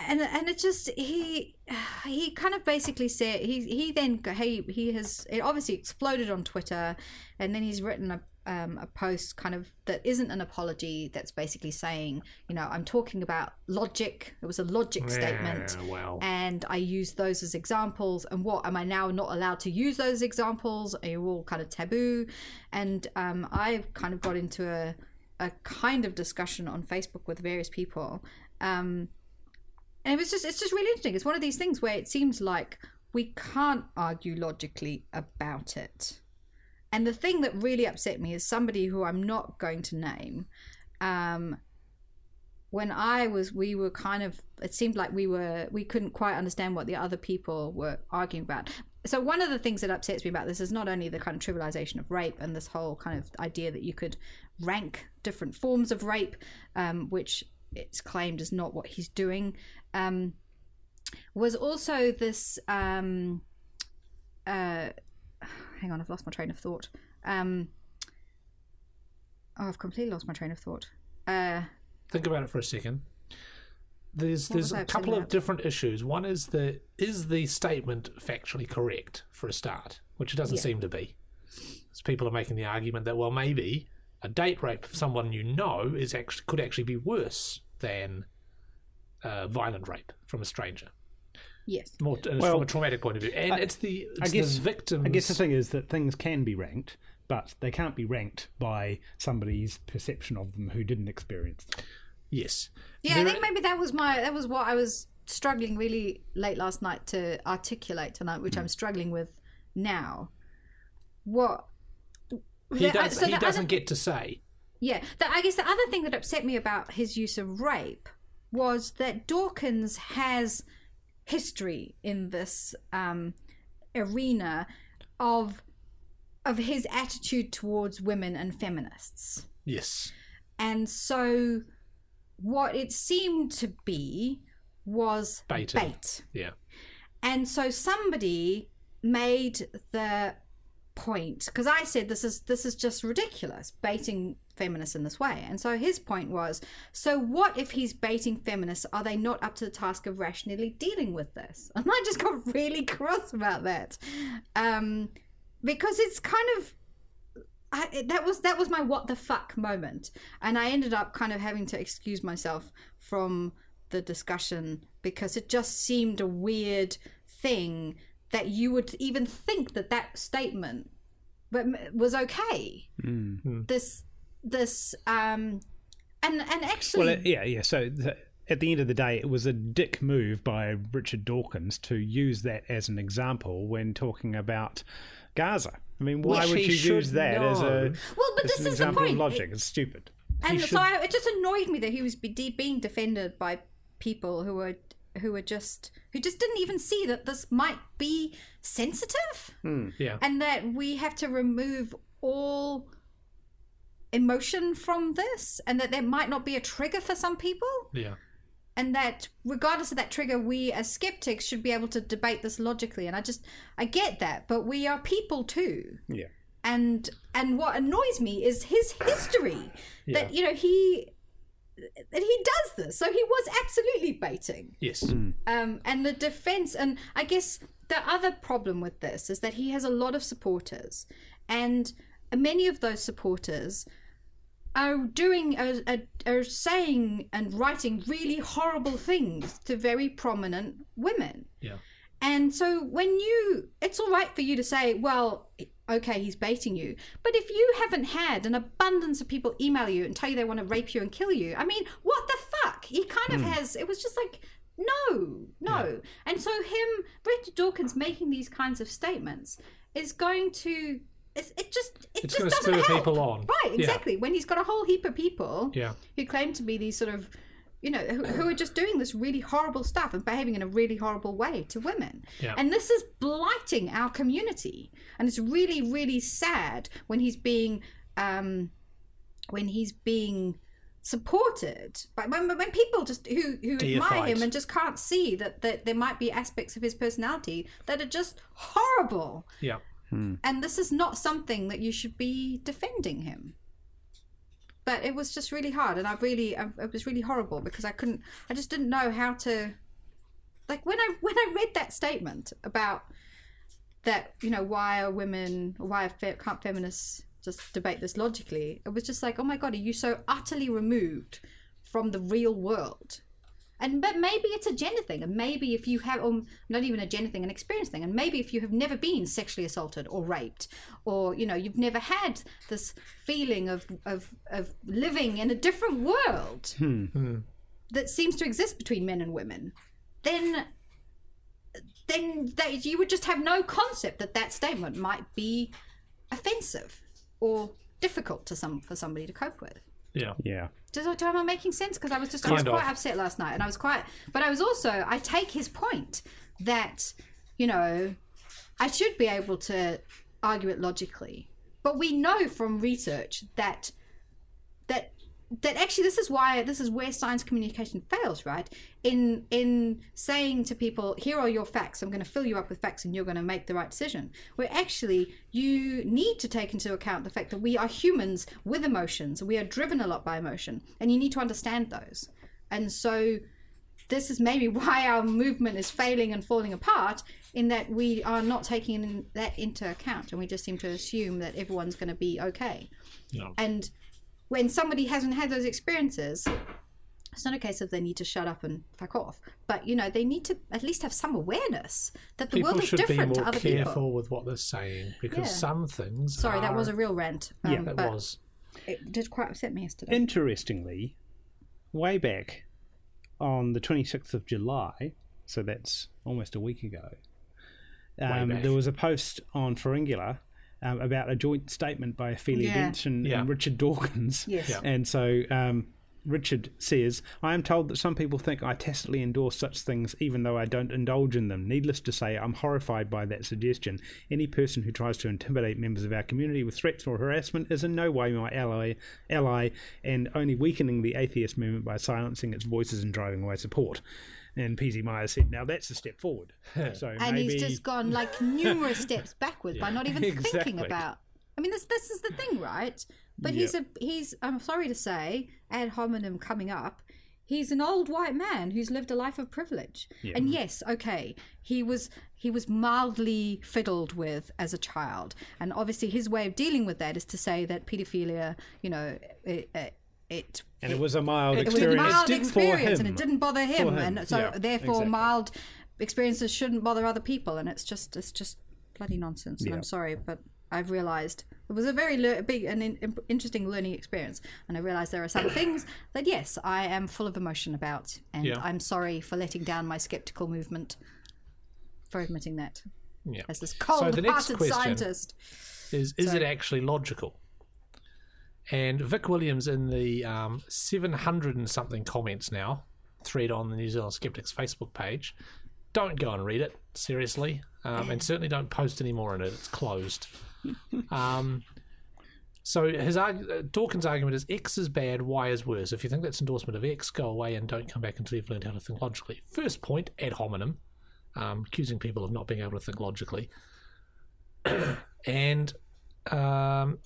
Speaker 3: and and it just he he kind of basically said he he then he he has it obviously exploded on Twitter, and then he's written a. Um, a post kind of that isn't an apology that's basically saying you know i'm talking about logic it was a logic statement
Speaker 1: Yeah, well,
Speaker 3: and I use those as examples. And what am I now not allowed to use those examples? Are you all kind of taboo? And um, I've kind of got into a, a kind of discussion on Facebook with various people. Um, and it was just, it's just really interesting. It's one of these things where it seems like we can't argue logically about it. And the thing that really upset me is somebody who I'm not going to name um, when I was, we were kind of, it seemed like we were, we couldn't quite understand what the other people were arguing about. So, one of the things that upsets me about this is not only the kind of trivialization of rape and this whole kind of idea that you could rank different forms of rape, um, which it's claimed is not what he's doing, um, was also this, um, uh, hang on, I've lost my train of thought. Um, oh, I've completely lost my train of thought. Uh,
Speaker 1: Think about it for a second. There's
Speaker 3: What
Speaker 1: there's
Speaker 3: was I
Speaker 1: a
Speaker 3: upset
Speaker 1: couple of
Speaker 3: about?
Speaker 1: different issues. One is the is the statement factually correct for a start, which it doesn't
Speaker 3: Yeah.
Speaker 1: seem to be. 'Cause people are making the argument that well maybe a date rape of someone you know is actually could actually be worse than uh, violent rape from a stranger,
Speaker 3: yes.
Speaker 1: more uh,
Speaker 2: Well,
Speaker 1: from a traumatic point of view, and
Speaker 2: I-
Speaker 1: it's the
Speaker 2: I
Speaker 1: it's
Speaker 2: guess-
Speaker 1: the victims.
Speaker 2: I guess the thing is that things can be ranked, but they can't be ranked by somebody's perception of them who didn't experience them.
Speaker 1: yes,
Speaker 3: Yeah, I
Speaker 1: There-
Speaker 3: think maybe that was my that was what I was struggling really late last night to articulate tonight, which
Speaker 1: Hmm.
Speaker 3: I'm struggling with now. What
Speaker 1: he
Speaker 3: the- uh,
Speaker 1: does
Speaker 3: so
Speaker 1: he
Speaker 3: the other-
Speaker 1: doesn't get to say
Speaker 3: yeah, the, I guess the other thing that upset me about his use of rape was that Dawkins has history in this um, arena of of his attitude towards women and feminists.
Speaker 1: yes.
Speaker 3: And so what it seemed to be was
Speaker 1: Baited.
Speaker 3: bait.
Speaker 1: Yeah.
Speaker 3: And so somebody made the point because I said this is this is just ridiculous baiting feminists in this way. And so his point was, so what if he's baiting feminists? Are they not up to the task of rationally dealing with this? <laughs> And I just got really cross about that. Um because it's kind of I, it- that was that was my what the fuck moment, and I ended up kind of having to excuse myself from the discussion because it just seemed a weird thing that you would even think that that statement but m- was okay.
Speaker 2: Hmm.
Speaker 3: This this um and and actually
Speaker 2: Well, it, yeah, yeah. So th at the end of the day, it was a dick move by Richard Dawkins to use that as an example when talking about Gaza. I mean, why
Speaker 1: Which
Speaker 2: would
Speaker 1: he
Speaker 2: you use
Speaker 1: should
Speaker 2: that as a
Speaker 1: know.
Speaker 3: well, but
Speaker 2: as
Speaker 3: this
Speaker 2: an
Speaker 3: is the
Speaker 2: example
Speaker 3: point.
Speaker 2: of logic? It's stupid.
Speaker 3: and
Speaker 1: should-
Speaker 3: so I, it just annoyed me that he was be de- being defended by people who were who were just who just didn't even see that this might be sensitive
Speaker 1: Yeah.
Speaker 3: and that we have to remove all emotion from this and that there might not be a trigger for some people
Speaker 1: Yeah.
Speaker 3: and that regardless of that trigger we as skeptics should be able to debate this logically and i just i get that but we are people too
Speaker 2: Yeah.
Speaker 3: and and what annoys me is his history that you know he that he does this so he was absolutely baiting
Speaker 1: Yes.
Speaker 3: um and the defense and i guess the other problem with this is that he has a lot of supporters and many of those supporters are doing are, are, are saying and writing really horrible things to very prominent women
Speaker 1: Yeah.
Speaker 3: and so when you, it's all right for you to say, well, okay, he's baiting you. But if you haven't had an abundance of people email you and tell you they want to rape you and kill you, I mean, what the fuck? He kind of
Speaker 1: Hmm.
Speaker 3: has, it was just like, no, no. And so him, Richard Dawkins making these kinds of statements is going to, it's, it just, it
Speaker 1: It's
Speaker 3: just
Speaker 1: gonna
Speaker 3: doesn't
Speaker 1: spur
Speaker 3: help.
Speaker 1: people on.
Speaker 3: Right,
Speaker 1: Yeah.
Speaker 3: exactly. When he's got a whole heap of people
Speaker 1: Yeah.
Speaker 3: who claim to be these sort of you know who, who are just doing this really horrible stuff and behaving in a really horrible way to women
Speaker 1: Yeah.
Speaker 3: and this is blighting our community and it's really really sad when he's being um when he's being supported but when, when people just who who admire
Speaker 1: Deified.
Speaker 3: him and just can't see that, that there might be aspects of his personality that are just horrible
Speaker 1: Yeah.
Speaker 3: and this is not something that you should be defending him but it was just really hard and i really I, it was really horrible because i couldn't i just didn't know how to like when i when i read that statement about that you know why are women why are fe- can't feminists just debate this logically it was just like oh my god are you so utterly removed from the real world and but maybe it's a gender thing and maybe if you have or not even a gender thing an experience thing and maybe if you have never been sexually assaulted or raped or you know you've never had this feeling of of, of living in a different world that seems to exist between men and women then then that you would just have no concept that that statement might be offensive or difficult to some for somebody to cope with
Speaker 1: Yeah.
Speaker 2: Yeah.
Speaker 3: Does I, do am I making sense? Because I was just I was
Speaker 1: Kind of.
Speaker 3: quite upset last night, and I was quite. But I was also I take his point that you know I should be able to argue it logically, but we know from research that that that actually this is why this is where science communication fails right in in saying to people here are your facts i'm going to fill you up with facts and you're going to make the right decision where actually you need to take into account the fact that we are humans with emotions we are driven a lot by emotion and you need to understand those and so this is maybe <laughs> why our movement is failing and falling apart in that we are not taking in- that into account and we just seem to assume that everyone's going to be okay
Speaker 1: Yeah.
Speaker 3: and when somebody hasn't had those experiences it's not a case of they need to shut up and fuck off but you know they need to at least have some awareness that the
Speaker 1: People
Speaker 3: world is
Speaker 1: should be
Speaker 3: different
Speaker 1: more
Speaker 3: to other
Speaker 1: careful
Speaker 3: people
Speaker 1: with what they're saying because
Speaker 3: Yeah.
Speaker 1: some things.
Speaker 3: sorry that
Speaker 1: are-
Speaker 3: was a real rant um,
Speaker 2: Yeah,
Speaker 1: That
Speaker 3: but
Speaker 1: was.
Speaker 3: it did quite upset me yesterday
Speaker 2: Interestingly, way back on the 26th of July, so that's almost a week ago, um,
Speaker 1: back.
Speaker 2: there was a post on Feringula um, about a joint statement by Ophelia
Speaker 3: Yeah.
Speaker 2: Dent and,
Speaker 1: Yeah.
Speaker 2: and Richard Dawkins.
Speaker 3: yes
Speaker 1: Yeah.
Speaker 2: And so um, Richard says, I am told that some people think I tacitly endorse such things even though I don't indulge in them. Needless to say, I'm horrified by that suggestion. Any person who tries to intimidate members of our community with threats or harassment is in no way my ally, ally and only weakening the atheist movement by silencing its voices and driving away support. And PZ Meyer said, Now that's a step forward. So
Speaker 3: and
Speaker 2: maybe
Speaker 3: he's just gone
Speaker 2: <laughs>
Speaker 3: like numerous steps backwards by not even thinking
Speaker 2: Exactly.
Speaker 3: about. I mean, this this is the thing, right? But he's a he's. I'm sorry to say, ad hominem coming up. He's an old white man who's lived a life of privilege. And yes, okay, he was he was mildly fiddled with as a child, and obviously his way of dealing with that is to say that pedophilia, you know, it. it it
Speaker 2: and it was a mild
Speaker 3: it was a
Speaker 2: experience.
Speaker 3: mild
Speaker 2: for
Speaker 3: experience and
Speaker 2: him.
Speaker 3: it didn't bother him,
Speaker 2: him,
Speaker 3: and so
Speaker 2: yeah,
Speaker 3: therefore
Speaker 2: exactly.
Speaker 3: mild experiences shouldn't bother other people and it's just it's just bloody nonsense and i'm sorry but i've realized it was a very lear- big and in, in- interesting learning experience and i realized there are some things that yes i am full of emotion about and
Speaker 1: Yeah.
Speaker 3: i'm sorry for letting down my skeptical movement for admitting that
Speaker 1: Yeah.
Speaker 3: as this
Speaker 1: So the next
Speaker 3: cold-hearted
Speaker 1: question-
Speaker 3: scientist
Speaker 1: is is it actually logical? And Vic Williams in the um, 700 and something comments now, thread on the New Zealand Skeptics Facebook page, don't go and read it, seriously. Um, and certainly don't post any more in it, it's closed. Um, so his arg- uh, Dawkins' argument is X is bad, Y is worse. If you think that's endorsement of X, go away and don't come back until you've learned how to think logically. First point, ad hominem, um, accusing people of not being able to think logically. and um,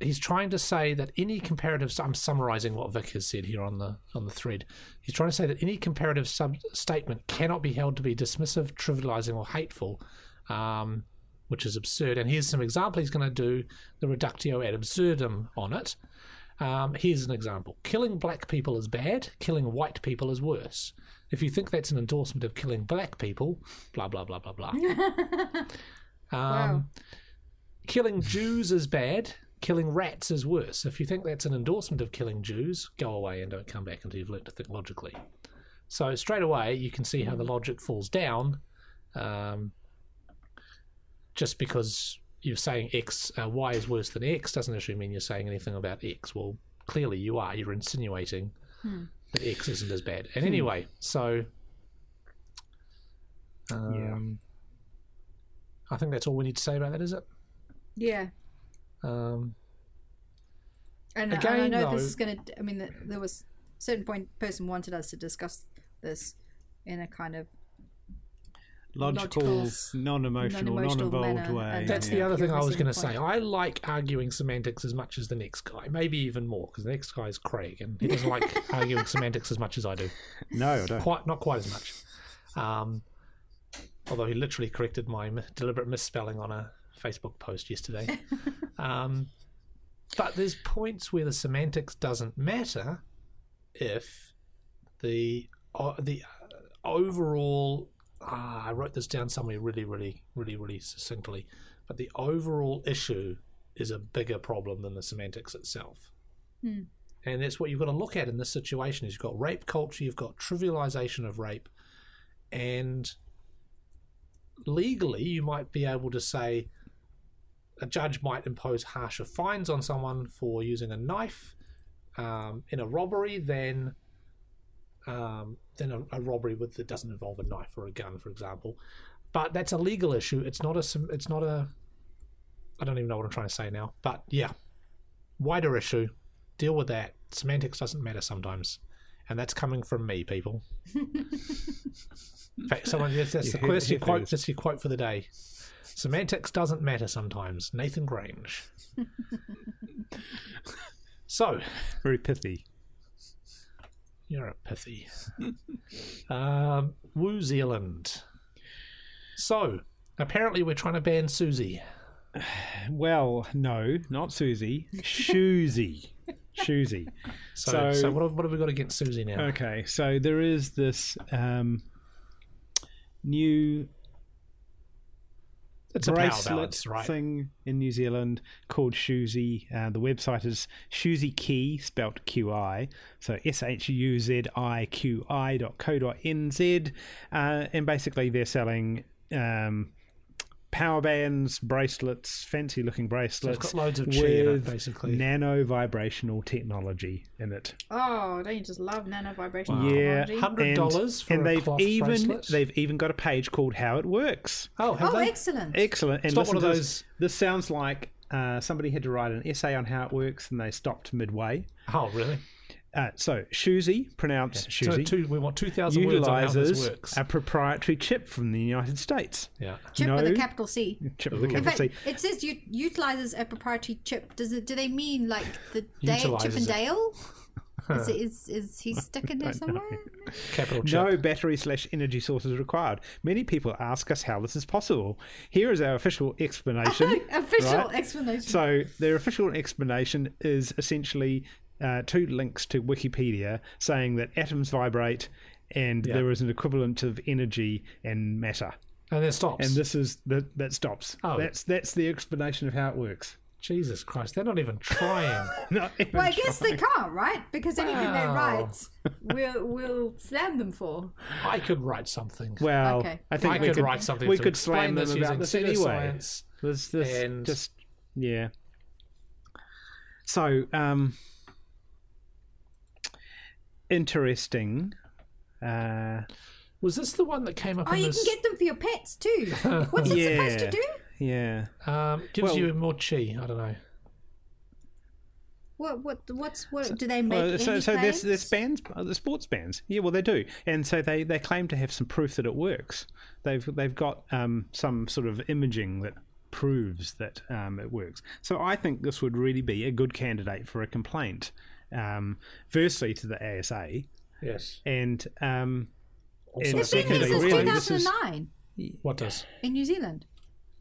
Speaker 1: he's trying to say that any comparative. I'm summarising what Vic has said here on the on the thread. He's trying to say that any comparative sub statement cannot be held to be dismissive, trivialising, or hateful, um, which is absurd. And here's some example. He's going to do the reductio ad absurdum on it. Um, here's an example: killing black people is bad. Killing white people is worse. If you think that's an endorsement of killing black people, blah blah blah blah blah. um,
Speaker 3: Oh,
Speaker 1: Killing Jews is bad. Killing rats is worse. If you think that's an endorsement of killing Jews, go away and don't come back until you've learnt to think logically. So straight away, you can see how the logic falls down, um, just because you're saying X, uh, Y is worse than X doesn't actually mean you're saying anything about X. Well, clearly you are. You're insinuating that X isn't as bad. And anyway, so um, I think that's all we need to say about that, is it?
Speaker 3: yeah
Speaker 1: Um,
Speaker 3: And, and I
Speaker 1: Again,
Speaker 3: know this
Speaker 1: though-
Speaker 3: is going to. I mean, th- there was a certain point person wanted us to discuss this in a kind of
Speaker 4: Logical,
Speaker 3: Logical,
Speaker 4: non-emotional,
Speaker 3: non-emotional
Speaker 4: non-involved
Speaker 3: manner,
Speaker 4: way.
Speaker 3: and
Speaker 1: that's
Speaker 4: yeah.
Speaker 1: the other thing
Speaker 3: You're
Speaker 1: I was
Speaker 3: missing
Speaker 1: going
Speaker 3: the
Speaker 1: to say.
Speaker 3: point.
Speaker 1: I like arguing semantics as much as the next guy, maybe even more, because the next guy is Craig, and he doesn't like arguing semantics as much as I do.
Speaker 2: No, I don't.
Speaker 1: Quite, not quite as much. Um, although he literally corrected my mi- deliberate misspelling on a Facebook post yesterday. um, but there's points where the semantics doesn't matter if the uh, the uh, overall ah, I wrote this down somewhere really really really really succinctly, but the overall issue is a bigger problem than the semantics itself.
Speaker 3: Hmm.
Speaker 1: And that's what you've got to look at in this situation is you've got rape culture, you've got trivialization of rape, and legally you might be able to say a judge might impose harsher fines on someone for using a knife um, in a robbery than um, than a, a robbery with that doesn't involve a knife or a gun, for example. But that's a legal issue. It's not a. sim- It's not a. I don't even know what I'm trying to say now. But yeah, wider issue. Deal with that. Semantics doesn't matter sometimes, and that's coming from me,
Speaker 2: <laughs>
Speaker 1: people. In fact, someone that's, that's
Speaker 2: You
Speaker 1: the
Speaker 2: heard it
Speaker 1: question
Speaker 2: here
Speaker 1: quote.
Speaker 2: first.
Speaker 1: That's your quote for the day. Semantics doesn't matter sometimes. Nathan
Speaker 2: <laughs>
Speaker 1: Grange. so
Speaker 2: Very pithy.
Speaker 1: you're a pithy. <laughs> um, Woo Zealand. So apparently we're trying to ban Susie.
Speaker 2: Well, no, not Susie. <laughs> Shoozy. Shoozy.
Speaker 1: So,
Speaker 2: So-
Speaker 1: so, what, have, what have we got against Susie now?
Speaker 2: Okay, so there is this um, new
Speaker 1: it's a power
Speaker 2: bracelet
Speaker 1: balance, right?
Speaker 2: thing in New Zealand called Shoozy. Uh, the website is Shoozy Key, spelt Q I, so S H U Z I Q I dot co dot N Z, uh, and basically they're selling. Um, Power bands, bracelets, fancy looking
Speaker 1: So
Speaker 2: bracelets.
Speaker 1: it's got loads of chi in it,
Speaker 2: with
Speaker 1: basically.
Speaker 2: Nano vibrational technology in it.
Speaker 3: Oh, don't you just love nano vibration?
Speaker 1: Wow.
Speaker 2: Yeah.
Speaker 1: Ah, Hundred dollars for
Speaker 2: and
Speaker 1: a
Speaker 2: they've
Speaker 1: cloth
Speaker 2: even
Speaker 1: bracelet?
Speaker 2: they've even got a page called How It Works.
Speaker 1: oh, have
Speaker 3: Oh,
Speaker 1: they?
Speaker 3: excellent.
Speaker 2: Excellent. And
Speaker 1: It's not
Speaker 2: listen
Speaker 1: one of
Speaker 2: to
Speaker 1: those-
Speaker 2: This, This sounds like uh, somebody had to write an essay on how it works, and they stopped midway.
Speaker 1: Oh, really?
Speaker 2: Uh, so Shuzi, pronounced
Speaker 1: So
Speaker 2: Shuzi,
Speaker 1: two, we want two thousand words on how this
Speaker 2: utilizes
Speaker 1: works.
Speaker 2: a proprietary chip from the United States.
Speaker 1: yeah.
Speaker 3: chip with
Speaker 2: no.
Speaker 3: a capital C.
Speaker 2: Chip with a
Speaker 1: Ooh.
Speaker 3: In
Speaker 2: capital
Speaker 3: fact,
Speaker 2: C.
Speaker 3: it says u- utilizes a proprietary chip. Does it? Do they mean like the Dale Chip
Speaker 1: Utilises
Speaker 3: and
Speaker 1: it. <laughs>
Speaker 3: Dale? Is, it, is is he stuck in there somewhere?
Speaker 1: Capital chip.
Speaker 2: No battery slash energy sources required. Many people ask us how this is possible. Here is our official explanation.
Speaker 3: <laughs> Official
Speaker 2: Right.
Speaker 3: explanation.
Speaker 2: So their official explanation is essentially uh, two links to Wikipedia saying that atoms vibrate and there is an equivalent of energy and matter.
Speaker 1: And then it stops.
Speaker 2: And this is that that stops.
Speaker 1: Oh.
Speaker 2: That's that's the explanation of how it works. <laughs>
Speaker 1: Jesus Christ, they're not even trying.
Speaker 2: Not even
Speaker 3: well, I guess they can't, right? Because anything they
Speaker 1: Wow. <laughs>
Speaker 3: write, we'll we'll slam them for.
Speaker 1: I could write something.
Speaker 2: Well,
Speaker 3: Okay.
Speaker 2: I think
Speaker 1: I
Speaker 2: we
Speaker 1: could write something
Speaker 2: We
Speaker 1: to
Speaker 2: could
Speaker 1: explain
Speaker 2: slam them
Speaker 1: this
Speaker 2: about
Speaker 1: using
Speaker 2: this anyway.
Speaker 1: pseudoscience
Speaker 2: This, this
Speaker 1: and-
Speaker 2: just yeah. So um, interesting. Uh,
Speaker 1: Was this the one that came up?
Speaker 3: Oh,
Speaker 1: in
Speaker 3: you
Speaker 1: this,
Speaker 3: can get them for your
Speaker 1: <laughs>
Speaker 3: pets too. What's it supposed
Speaker 2: Yeah.
Speaker 3: to do?
Speaker 2: yeah.
Speaker 1: um, gives
Speaker 2: well-
Speaker 1: you more chi. I don't know.
Speaker 3: What what what's what? do they make?
Speaker 2: Well, so,
Speaker 3: any
Speaker 2: so there's,
Speaker 3: claims?
Speaker 2: there's bands, uh, the sports bands. Yeah, well, they do, and so they, they claim to have some proof that it works. They've they've got um, some sort of imaging that proves that um, it works. So I think this would really be a good candidate for a complaint, um, firstly to the ASA,
Speaker 1: Yes.
Speaker 2: and um, and
Speaker 3: It's been
Speaker 2: secondly,
Speaker 3: here since
Speaker 2: really, this is
Speaker 3: 2009
Speaker 1: What does?
Speaker 3: in New Zealand.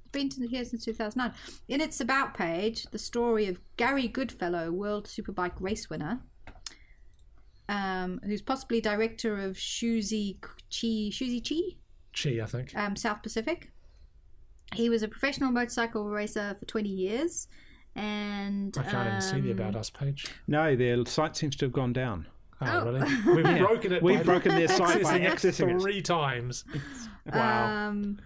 Speaker 3: It's been to- here since 2009. In its About page, the story of Gary Goodfellow, world superbike race winner, um, who's possibly director of Shuzi Chi, Shuzi Chi?
Speaker 1: Chi, I think.
Speaker 3: um, South Pacific. He was a professional motorcycle racer for 20 years, and
Speaker 1: I can't even see the
Speaker 3: um,
Speaker 1: about us page.
Speaker 2: no, their site seems to have gone down.
Speaker 1: Oh,
Speaker 3: oh.
Speaker 1: really?
Speaker 3: <laughs>
Speaker 1: We've broken it.
Speaker 2: Ah, We've
Speaker 1: by
Speaker 2: broken their site by
Speaker 1: accessing it
Speaker 2: accessing it.
Speaker 1: three times.
Speaker 2: Wow.
Speaker 3: Um,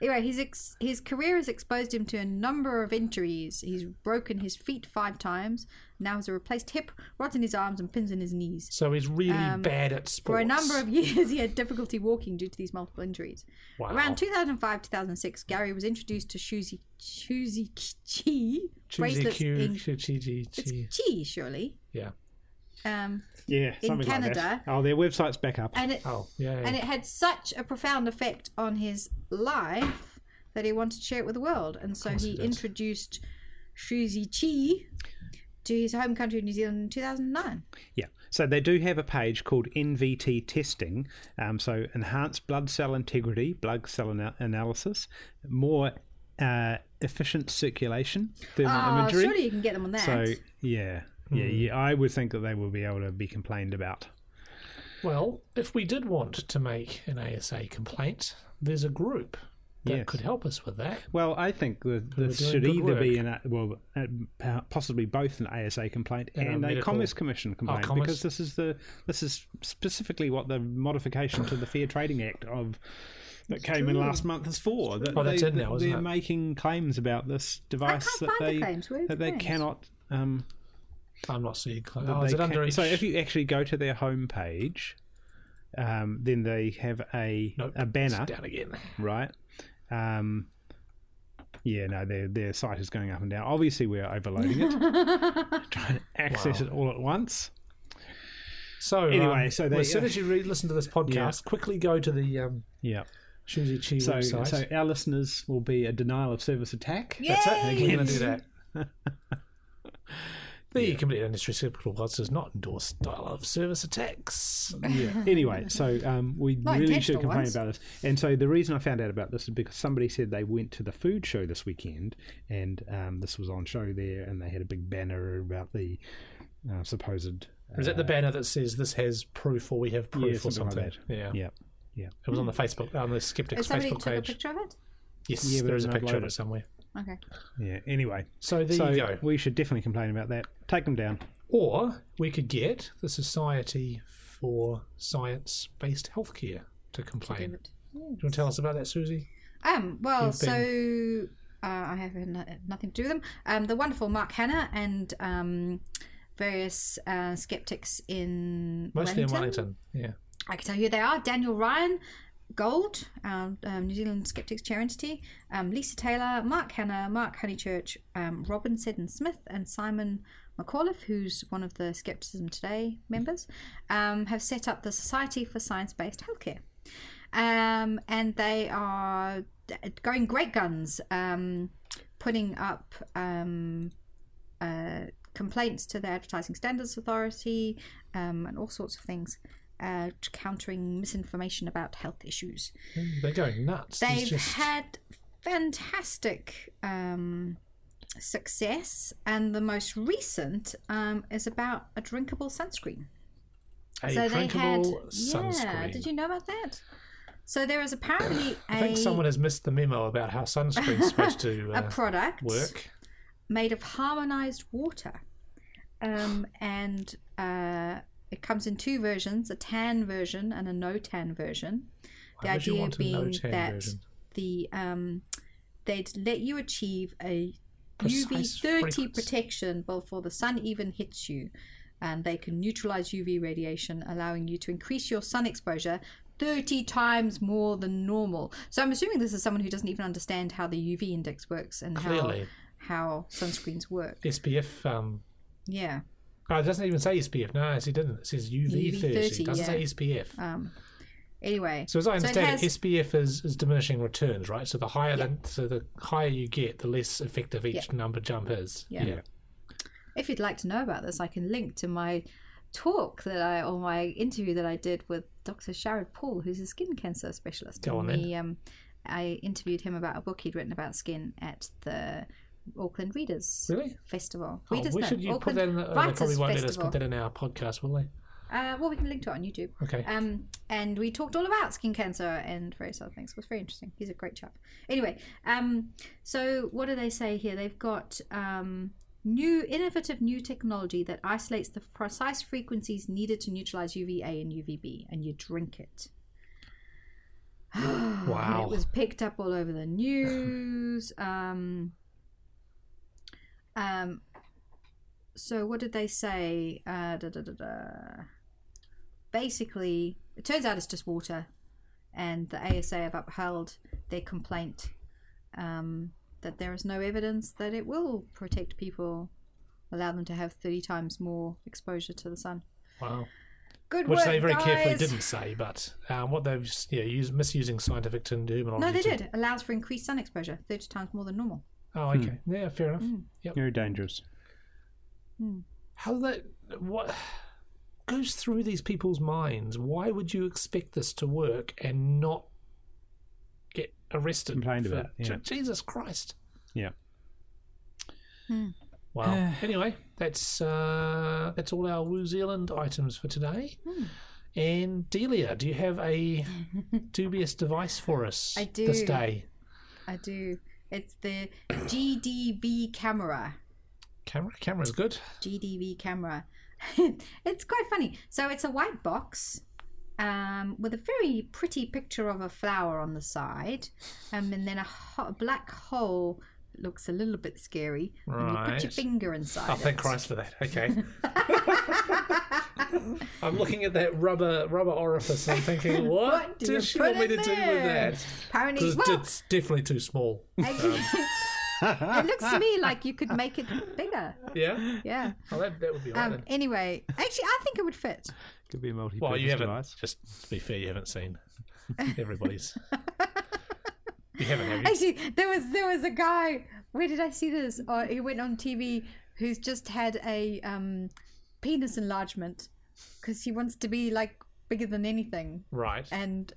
Speaker 3: anyway, his ex- his career has exposed him to a number of injuries. He's broken his feet five times. Now has a replaced hip, rods in his arms, and pins in his knees.
Speaker 1: So he's really
Speaker 3: Um,
Speaker 1: bad at sports.
Speaker 3: For a number of <laughs> years, he had difficulty walking due to these multiple injuries.
Speaker 1: wow.
Speaker 3: Around 2005 2006, Gary was introduced to Shuzi, Shuzi Chi
Speaker 1: Chi,
Speaker 3: bracelets
Speaker 1: Q,
Speaker 3: in.
Speaker 1: Chi, Chi, Chi,
Speaker 3: It's
Speaker 1: Chi.
Speaker 3: Chi, surely.
Speaker 1: Yeah.
Speaker 3: Um,
Speaker 2: Yeah,
Speaker 3: in
Speaker 2: something like that.
Speaker 3: Canada.
Speaker 2: Oh, their website's back up.
Speaker 3: and it
Speaker 1: Oh, yeah.
Speaker 3: and it had such a profound effect on his life that he wanted to share it with the world and so
Speaker 1: course
Speaker 3: he
Speaker 1: he did.
Speaker 3: introduced Shuzi Chi to his home country of New Zealand in 2009
Speaker 2: Yeah, so they do have a page called NVT testing. Um, so enhanced blood cell integrity, blood cell ana- analysis, more uh, efficient circulation, thermal
Speaker 3: oh
Speaker 2: imagery.
Speaker 3: surely you can get them on that
Speaker 2: So yeah, yeah, yeah, I would think that they will be able to be complained about.
Speaker 1: Well, if we did want to make an ASA complaint, there's a group that
Speaker 2: Yes.
Speaker 1: could help us with that.
Speaker 2: Well, I think that this
Speaker 1: doing
Speaker 2: should
Speaker 1: good
Speaker 2: either be
Speaker 1: work.
Speaker 2: an a- well, uh, possibly both an ASA complaint
Speaker 1: And a
Speaker 2: and, a,
Speaker 1: medical- Ah,
Speaker 2: Commerce Commission complaint
Speaker 1: Commerce.
Speaker 2: because this is the this is specifically what the modification to the Fair Trading Act of that came in last month is for. That
Speaker 1: Oh, that's
Speaker 2: they,
Speaker 1: in now,
Speaker 2: that
Speaker 1: isn't
Speaker 2: they're
Speaker 1: it?
Speaker 2: making claims about this
Speaker 3: I
Speaker 2: device
Speaker 3: can't
Speaker 2: that
Speaker 3: find
Speaker 2: they
Speaker 3: the claims Where are <laughs>
Speaker 2: that
Speaker 3: the
Speaker 2: they
Speaker 3: claims?
Speaker 2: cannot um,
Speaker 1: I'm not seeing. Close.
Speaker 2: that
Speaker 1: Oh, is
Speaker 2: they
Speaker 1: it
Speaker 2: can-
Speaker 1: underage?
Speaker 2: So if you actually go to their homepage, um, then they have a
Speaker 1: Nope,
Speaker 2: a
Speaker 1: It's
Speaker 2: banner,
Speaker 1: down again.
Speaker 2: right? Um, yeah, no, their their site is going up and down. Obviously, we're overloading it,
Speaker 1: <laughs>
Speaker 2: trying to access
Speaker 1: Wow.
Speaker 2: it all at once.
Speaker 1: So
Speaker 2: Anyway,
Speaker 1: um,
Speaker 2: so
Speaker 1: well,
Speaker 2: they-
Speaker 1: as soon as you re- listen to this podcast, quickly go to the um,
Speaker 2: Yeah.
Speaker 1: Shuzi Chi
Speaker 2: So
Speaker 1: website.
Speaker 2: so our listeners will be a denial of service attack.
Speaker 1: That's it.
Speaker 3: Yay!
Speaker 1: We're going to do that.
Speaker 2: <laughs>
Speaker 1: The
Speaker 2: Yeah.
Speaker 1: Complete Industry Skeptical Pods does not endorse style of service attacks.
Speaker 2: yeah.
Speaker 3: <laughs>
Speaker 2: Anyway, so um, we
Speaker 3: Not
Speaker 2: really should
Speaker 3: intentional
Speaker 2: complain
Speaker 3: ones.
Speaker 2: about this. And so the reason I found out about this is because somebody said they went to the food show this weekend, and um, this was on show there, and they had a big banner about the uh, supposed. Uh,
Speaker 1: Is that the banner that says this has proof or we have proof
Speaker 2: Yeah,
Speaker 1: or
Speaker 2: something
Speaker 1: something?
Speaker 2: like
Speaker 1: yeah.
Speaker 2: Yeah. Yeah.
Speaker 1: It was on the Facebook, on the
Speaker 3: Has
Speaker 1: Skeptics
Speaker 3: somebody
Speaker 1: Facebook
Speaker 3: took a
Speaker 1: page.
Speaker 3: picture of it?
Speaker 1: Yes,
Speaker 2: Yeah, but
Speaker 1: there
Speaker 2: it
Speaker 1: is a
Speaker 2: doesn't
Speaker 1: picture of
Speaker 2: upload
Speaker 1: it
Speaker 2: it.
Speaker 1: somewhere.
Speaker 3: Okay.
Speaker 2: Yeah. Anyway,
Speaker 1: So there
Speaker 2: so
Speaker 1: you go.
Speaker 2: we should definitely complain about that. Take them down.
Speaker 1: Or we could get the Society for Science Based Healthcare to complain. Do you want to tell us about that, Susie?
Speaker 3: Um, well,
Speaker 1: You've
Speaker 3: so uh, I have no- nothing to do with them. Um, the wonderful Mark Hanna and um, various uh, skeptics in
Speaker 1: Mostly
Speaker 3: Wellington.
Speaker 1: in Wellington.
Speaker 3: I can tell you they are Daniel Ryan, Gold, um, um, New Zealand Skeptics Charity, um, Lisa Taylor, Mark Hanna, Mark Honeychurch, um, Robin Seddon Smith, and Simon McAuliffe, who's one of the Skepticism Today members, um, have set up the Society for Science Based Healthcare. Um, and they are d- going great guns, um, putting up um, uh, complaints to the Advertising Standards Authority um, and all sorts of things uh, t- countering misinformation about health issues.
Speaker 1: Yeah. They're going nuts. It's
Speaker 3: They've
Speaker 1: just-
Speaker 3: had fantastic um, success, and the most recent um, is about a drinkable sunscreen.
Speaker 1: a
Speaker 3: so they had,
Speaker 1: drinkable sunscreen.
Speaker 3: yeah. Did you know about that? So there is apparently
Speaker 1: I think
Speaker 3: a-
Speaker 1: someone has missed the memo about how
Speaker 3: <laughs>
Speaker 1: sunscreen's supposed to
Speaker 3: a
Speaker 1: uh,
Speaker 3: product
Speaker 1: work.
Speaker 3: made of harmonized water. Um, and uh, it comes in two versions a tan version and a no tan version. The
Speaker 1: Why would you
Speaker 3: idea
Speaker 1: want a
Speaker 3: being
Speaker 1: no-tan
Speaker 3: that
Speaker 1: version?
Speaker 3: the um, they'd let you achieve a
Speaker 1: Precise
Speaker 3: UV 30
Speaker 1: fragrance.
Speaker 3: protection before the sun even hits you. And they can neutralize UV radiation, allowing you to increase your sun exposure 30 times more than normal. So I'm assuming this is someone who doesn't even understand how the UV index works and how
Speaker 1: Clearly,
Speaker 3: how sunscreens work.
Speaker 1: SPF. Um,
Speaker 3: Yeah.
Speaker 1: oh, it doesn't even say SPF. No, it didn't. It says UV,
Speaker 3: UV
Speaker 1: 30.
Speaker 3: 30,
Speaker 1: It doesn't
Speaker 3: yeah.
Speaker 1: say SPF.
Speaker 3: Um, anyway,
Speaker 1: So as I
Speaker 3: it
Speaker 1: understand
Speaker 3: has-
Speaker 1: it, SPF is, is diminishing returns, right? So the higher the, so the higher you get, the less effective each number jump is.
Speaker 3: Yeah. if you'd like to know about this, I can link to my talk that I or my interview that I did with Dr. Sharad Paul, who's a skin cancer specialist.
Speaker 1: Go on
Speaker 3: And we, um, I interviewed him about a book he'd written about skin at the Auckland Readers
Speaker 1: Really?
Speaker 3: Festival.
Speaker 1: Oh,
Speaker 3: Readers,
Speaker 1: we
Speaker 3: no,
Speaker 1: should you put
Speaker 3: Auckland
Speaker 1: that in the, oh, they
Speaker 3: Writers
Speaker 1: probably won't let us
Speaker 3: Festival.
Speaker 1: put that in our podcast, will they?
Speaker 3: Uh, well, we can link to it on YouTube.
Speaker 1: Okay.
Speaker 3: Um, and we talked all about skin cancer and various other things. It was very interesting. He's a great chap. Anyway, um, so what do they say here? They've got um, new innovative new technology that isolates the precise frequencies needed to neutralize UVA and UVB, and you drink it. <sighs> And
Speaker 1: Wow.
Speaker 3: it was picked up all over the news. <laughs> Um, um, so what did they say? Uh, da, da, da, da basically, it turns out it's just water, and the ASA have upheld their complaint um, that there is no evidence that it will protect people, allow them to have 30 times more exposure to the sun.
Speaker 1: wow.
Speaker 3: Good
Speaker 1: Which
Speaker 3: work,
Speaker 1: they very carefully
Speaker 3: guys.
Speaker 1: didn't say, but um, what they've s- yeah used misusing scientific terminology.
Speaker 3: No, they
Speaker 1: to-
Speaker 3: did. Allows for increased sun exposure, 30 times more than normal.
Speaker 1: Oh, okay. Yeah, fair enough.
Speaker 3: Mm.
Speaker 1: Yep.
Speaker 2: Very dangerous.
Speaker 3: Hmm.
Speaker 1: How that what goes through these people's minds? Why would you expect this to work and not get arrested?
Speaker 2: Complained
Speaker 1: for-
Speaker 2: about, yeah.
Speaker 1: Jesus Christ!
Speaker 2: Yeah.
Speaker 3: Hmm.
Speaker 1: Wow.
Speaker 3: <sighs>
Speaker 1: anyway, that's uh, that's all our New Zealand items for today.
Speaker 3: Hmm.
Speaker 1: And Delia, do you have
Speaker 3: <laughs>
Speaker 1: a dubious device for us
Speaker 3: I do.
Speaker 1: this day?
Speaker 3: I do. It's the GDV camera.
Speaker 1: Camera, camera's good.
Speaker 3: GDV camera. <laughs> it's quite funny. So it's a white box um, with a very pretty picture of a flower on the side, um, and then a ho- a black hole looks a little bit scary, and you put your
Speaker 1: Right.
Speaker 3: finger inside.
Speaker 1: Oh, thank
Speaker 3: it.
Speaker 1: Christ for that.
Speaker 3: <laughs>
Speaker 1: Okay. <laughs> I'm looking at that rubber rubber orifice and I'm
Speaker 3: <laughs>
Speaker 1: thinking, what,
Speaker 3: What do you
Speaker 1: does she
Speaker 3: put
Speaker 1: want me
Speaker 3: in
Speaker 1: to do with
Speaker 3: there?
Speaker 1: that?
Speaker 3: Apparently,
Speaker 1: Because
Speaker 3: well,
Speaker 1: it's definitely too small.
Speaker 3: <laughs> it looks to me like you could make it bigger. <laughs>
Speaker 1: Yeah.
Speaker 3: Yeah.
Speaker 1: Well, that, that would be all <laughs> right.
Speaker 3: Um, anyway, actually, I think it would fit.
Speaker 4: Could be a multi
Speaker 1: Well, you haven't.
Speaker 4: device.
Speaker 1: Just to be fair, you haven't
Speaker 3: <laughs>
Speaker 1: seen everybody's. you haven't, have you?
Speaker 3: Actually, there was there was a guy. Where did I see this? Oh, he went on TV. Who's just had a um, penis enlargement because he wants to be like bigger than anything
Speaker 1: Right.
Speaker 3: and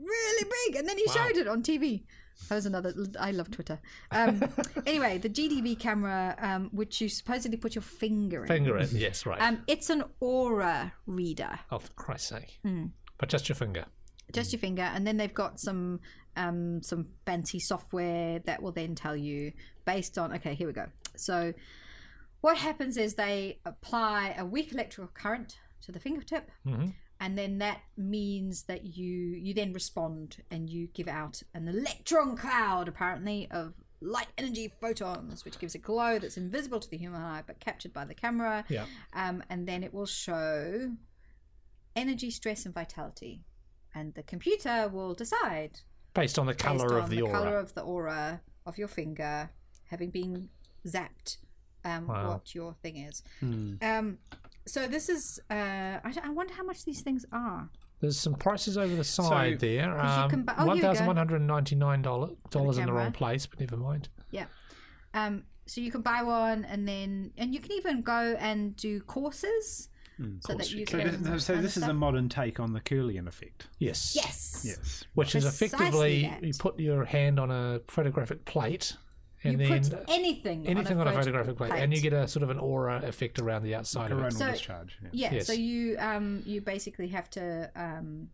Speaker 3: really big. And then he
Speaker 1: Wow.
Speaker 3: showed it on TV. That was another. I love Twitter. Um, anyway, the GDB camera, um, which you supposedly put your finger in,
Speaker 1: Finger it. Yes, right.
Speaker 3: um, it's an aura reader.
Speaker 1: oh, for Christ's sake.
Speaker 3: hmm.
Speaker 1: But just your finger.
Speaker 3: just your finger and then they've got some um some fancy software that will then tell you based on okay here we go so what happens is they apply a weak electrical current to the fingertip
Speaker 1: Mhm.
Speaker 3: and then that means that you you then respond and you give out an electron cloud apparently of light energy photons which gives a glow that's invisible to the human eye but captured by the camera <gasps>
Speaker 1: Yeah.
Speaker 3: um, and then it will show energy stress and vitality and the computer will decide
Speaker 1: Based on the
Speaker 3: based
Speaker 1: colour
Speaker 3: on
Speaker 1: of the, aura.
Speaker 3: color of the aura of your finger having been zapped um,
Speaker 1: Wow. Hmm.
Speaker 3: what your thing is um, so this is uh, I, don't- I wonder how much these things are
Speaker 1: There's some prices over the side there.
Speaker 3: you
Speaker 1: Um,
Speaker 3: can bu- oh, here we go.
Speaker 1: $1,199 dollars in the
Speaker 3: camera.
Speaker 1: wrong place, but never mind.
Speaker 3: yeah um, so you can buy one and then and you can even go and do courses
Speaker 2: Hmm.
Speaker 3: so that you
Speaker 2: So
Speaker 3: can,
Speaker 2: this, so
Speaker 3: kind of
Speaker 2: this is a
Speaker 3: stuff.
Speaker 2: modern take on the Curlian effect.
Speaker 1: Yes.
Speaker 3: yes
Speaker 2: Yes.
Speaker 1: Which is
Speaker 3: Precisely
Speaker 1: effectively
Speaker 3: that.
Speaker 1: you put your hand on a photographic plate and
Speaker 3: you
Speaker 1: then
Speaker 3: put anything
Speaker 1: anything on a, photographic plate, and you
Speaker 3: plate.
Speaker 1: get a sort of an aura effect around the outside of
Speaker 2: Coronal
Speaker 1: it.
Speaker 3: So-
Speaker 2: discharge. Yeah.
Speaker 3: Yeah, so
Speaker 1: Yes.
Speaker 3: you um you basically have to um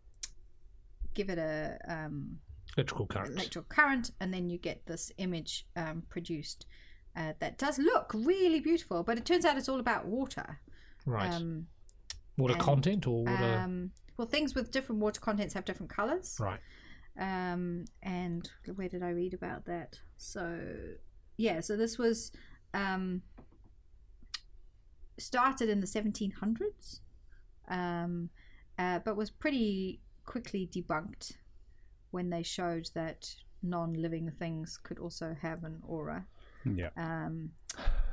Speaker 3: give it a um
Speaker 1: Electrical current.
Speaker 3: electrical current and then you get this image um produced uh, that does look really beautiful, but it turns out it's all about water.
Speaker 1: right.
Speaker 3: Um,
Speaker 1: water
Speaker 3: and,
Speaker 1: content or water.
Speaker 3: um well things with different water contents have different colors.
Speaker 1: right.
Speaker 3: Um and where did I read about that? So yeah, so this was um started in the 1700s, um, uh, but was pretty quickly debunked when they showed that non living things could also have an aura.
Speaker 2: Hmm. Yeah.
Speaker 3: Um,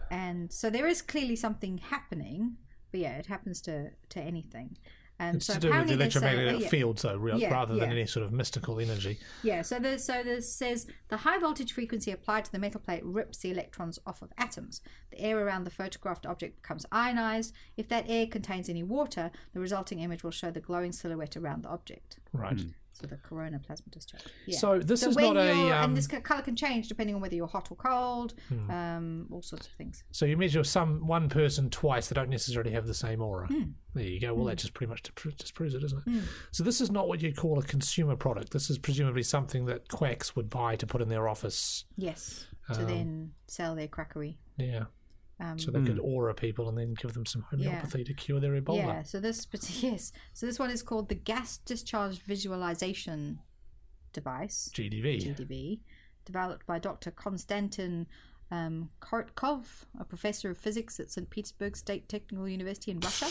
Speaker 3: and so there is clearly something happening, but yeah, it happens to, to anything. And
Speaker 1: It's
Speaker 3: um,
Speaker 1: to do
Speaker 3: so
Speaker 1: with the
Speaker 3: apparently they say-
Speaker 1: electromagnetic
Speaker 3: oh, yeah.
Speaker 1: fields, though, real,
Speaker 3: Yeah,
Speaker 1: rather than
Speaker 3: yeah.
Speaker 1: any sort of mystical energy.
Speaker 3: Yeah, so this so this says the high voltage frequency applied to the metal plate rips the electrons off of atoms. The air around the photographed object becomes ionized. If that air contains any water, the resulting image will show the glowing silhouette around the object.
Speaker 1: Right.
Speaker 3: So the corona plasma discharge. Yeah.
Speaker 1: So this
Speaker 3: So
Speaker 1: is
Speaker 3: when
Speaker 1: not a.
Speaker 3: you're,
Speaker 1: um, Hmm.
Speaker 3: and this color can change depending on whether you're hot or cold, um, all sorts of things.
Speaker 1: So you measure some one person twice; they don't necessarily have the same aura.
Speaker 3: Hmm.
Speaker 1: There you go. Well, that just pretty much dispro- disproves it, doesn't it? So this is not what you'd call a consumer product. This is presumably something that quacks would buy to put in their office.
Speaker 3: Yes, to
Speaker 1: Um,
Speaker 3: then sell their crackery.
Speaker 1: Yeah.
Speaker 3: Um,
Speaker 1: So they could aura people and then give them some homeopathy to cure their Ebola.
Speaker 3: Yeah, so this but <laughs> yes, so this one is called the gas discharge visualization device.
Speaker 1: GDV.
Speaker 3: GDB, developed by Dr. Konstantin um, Kortkov, a professor of physics at St. Petersburg State Technical University in Russia,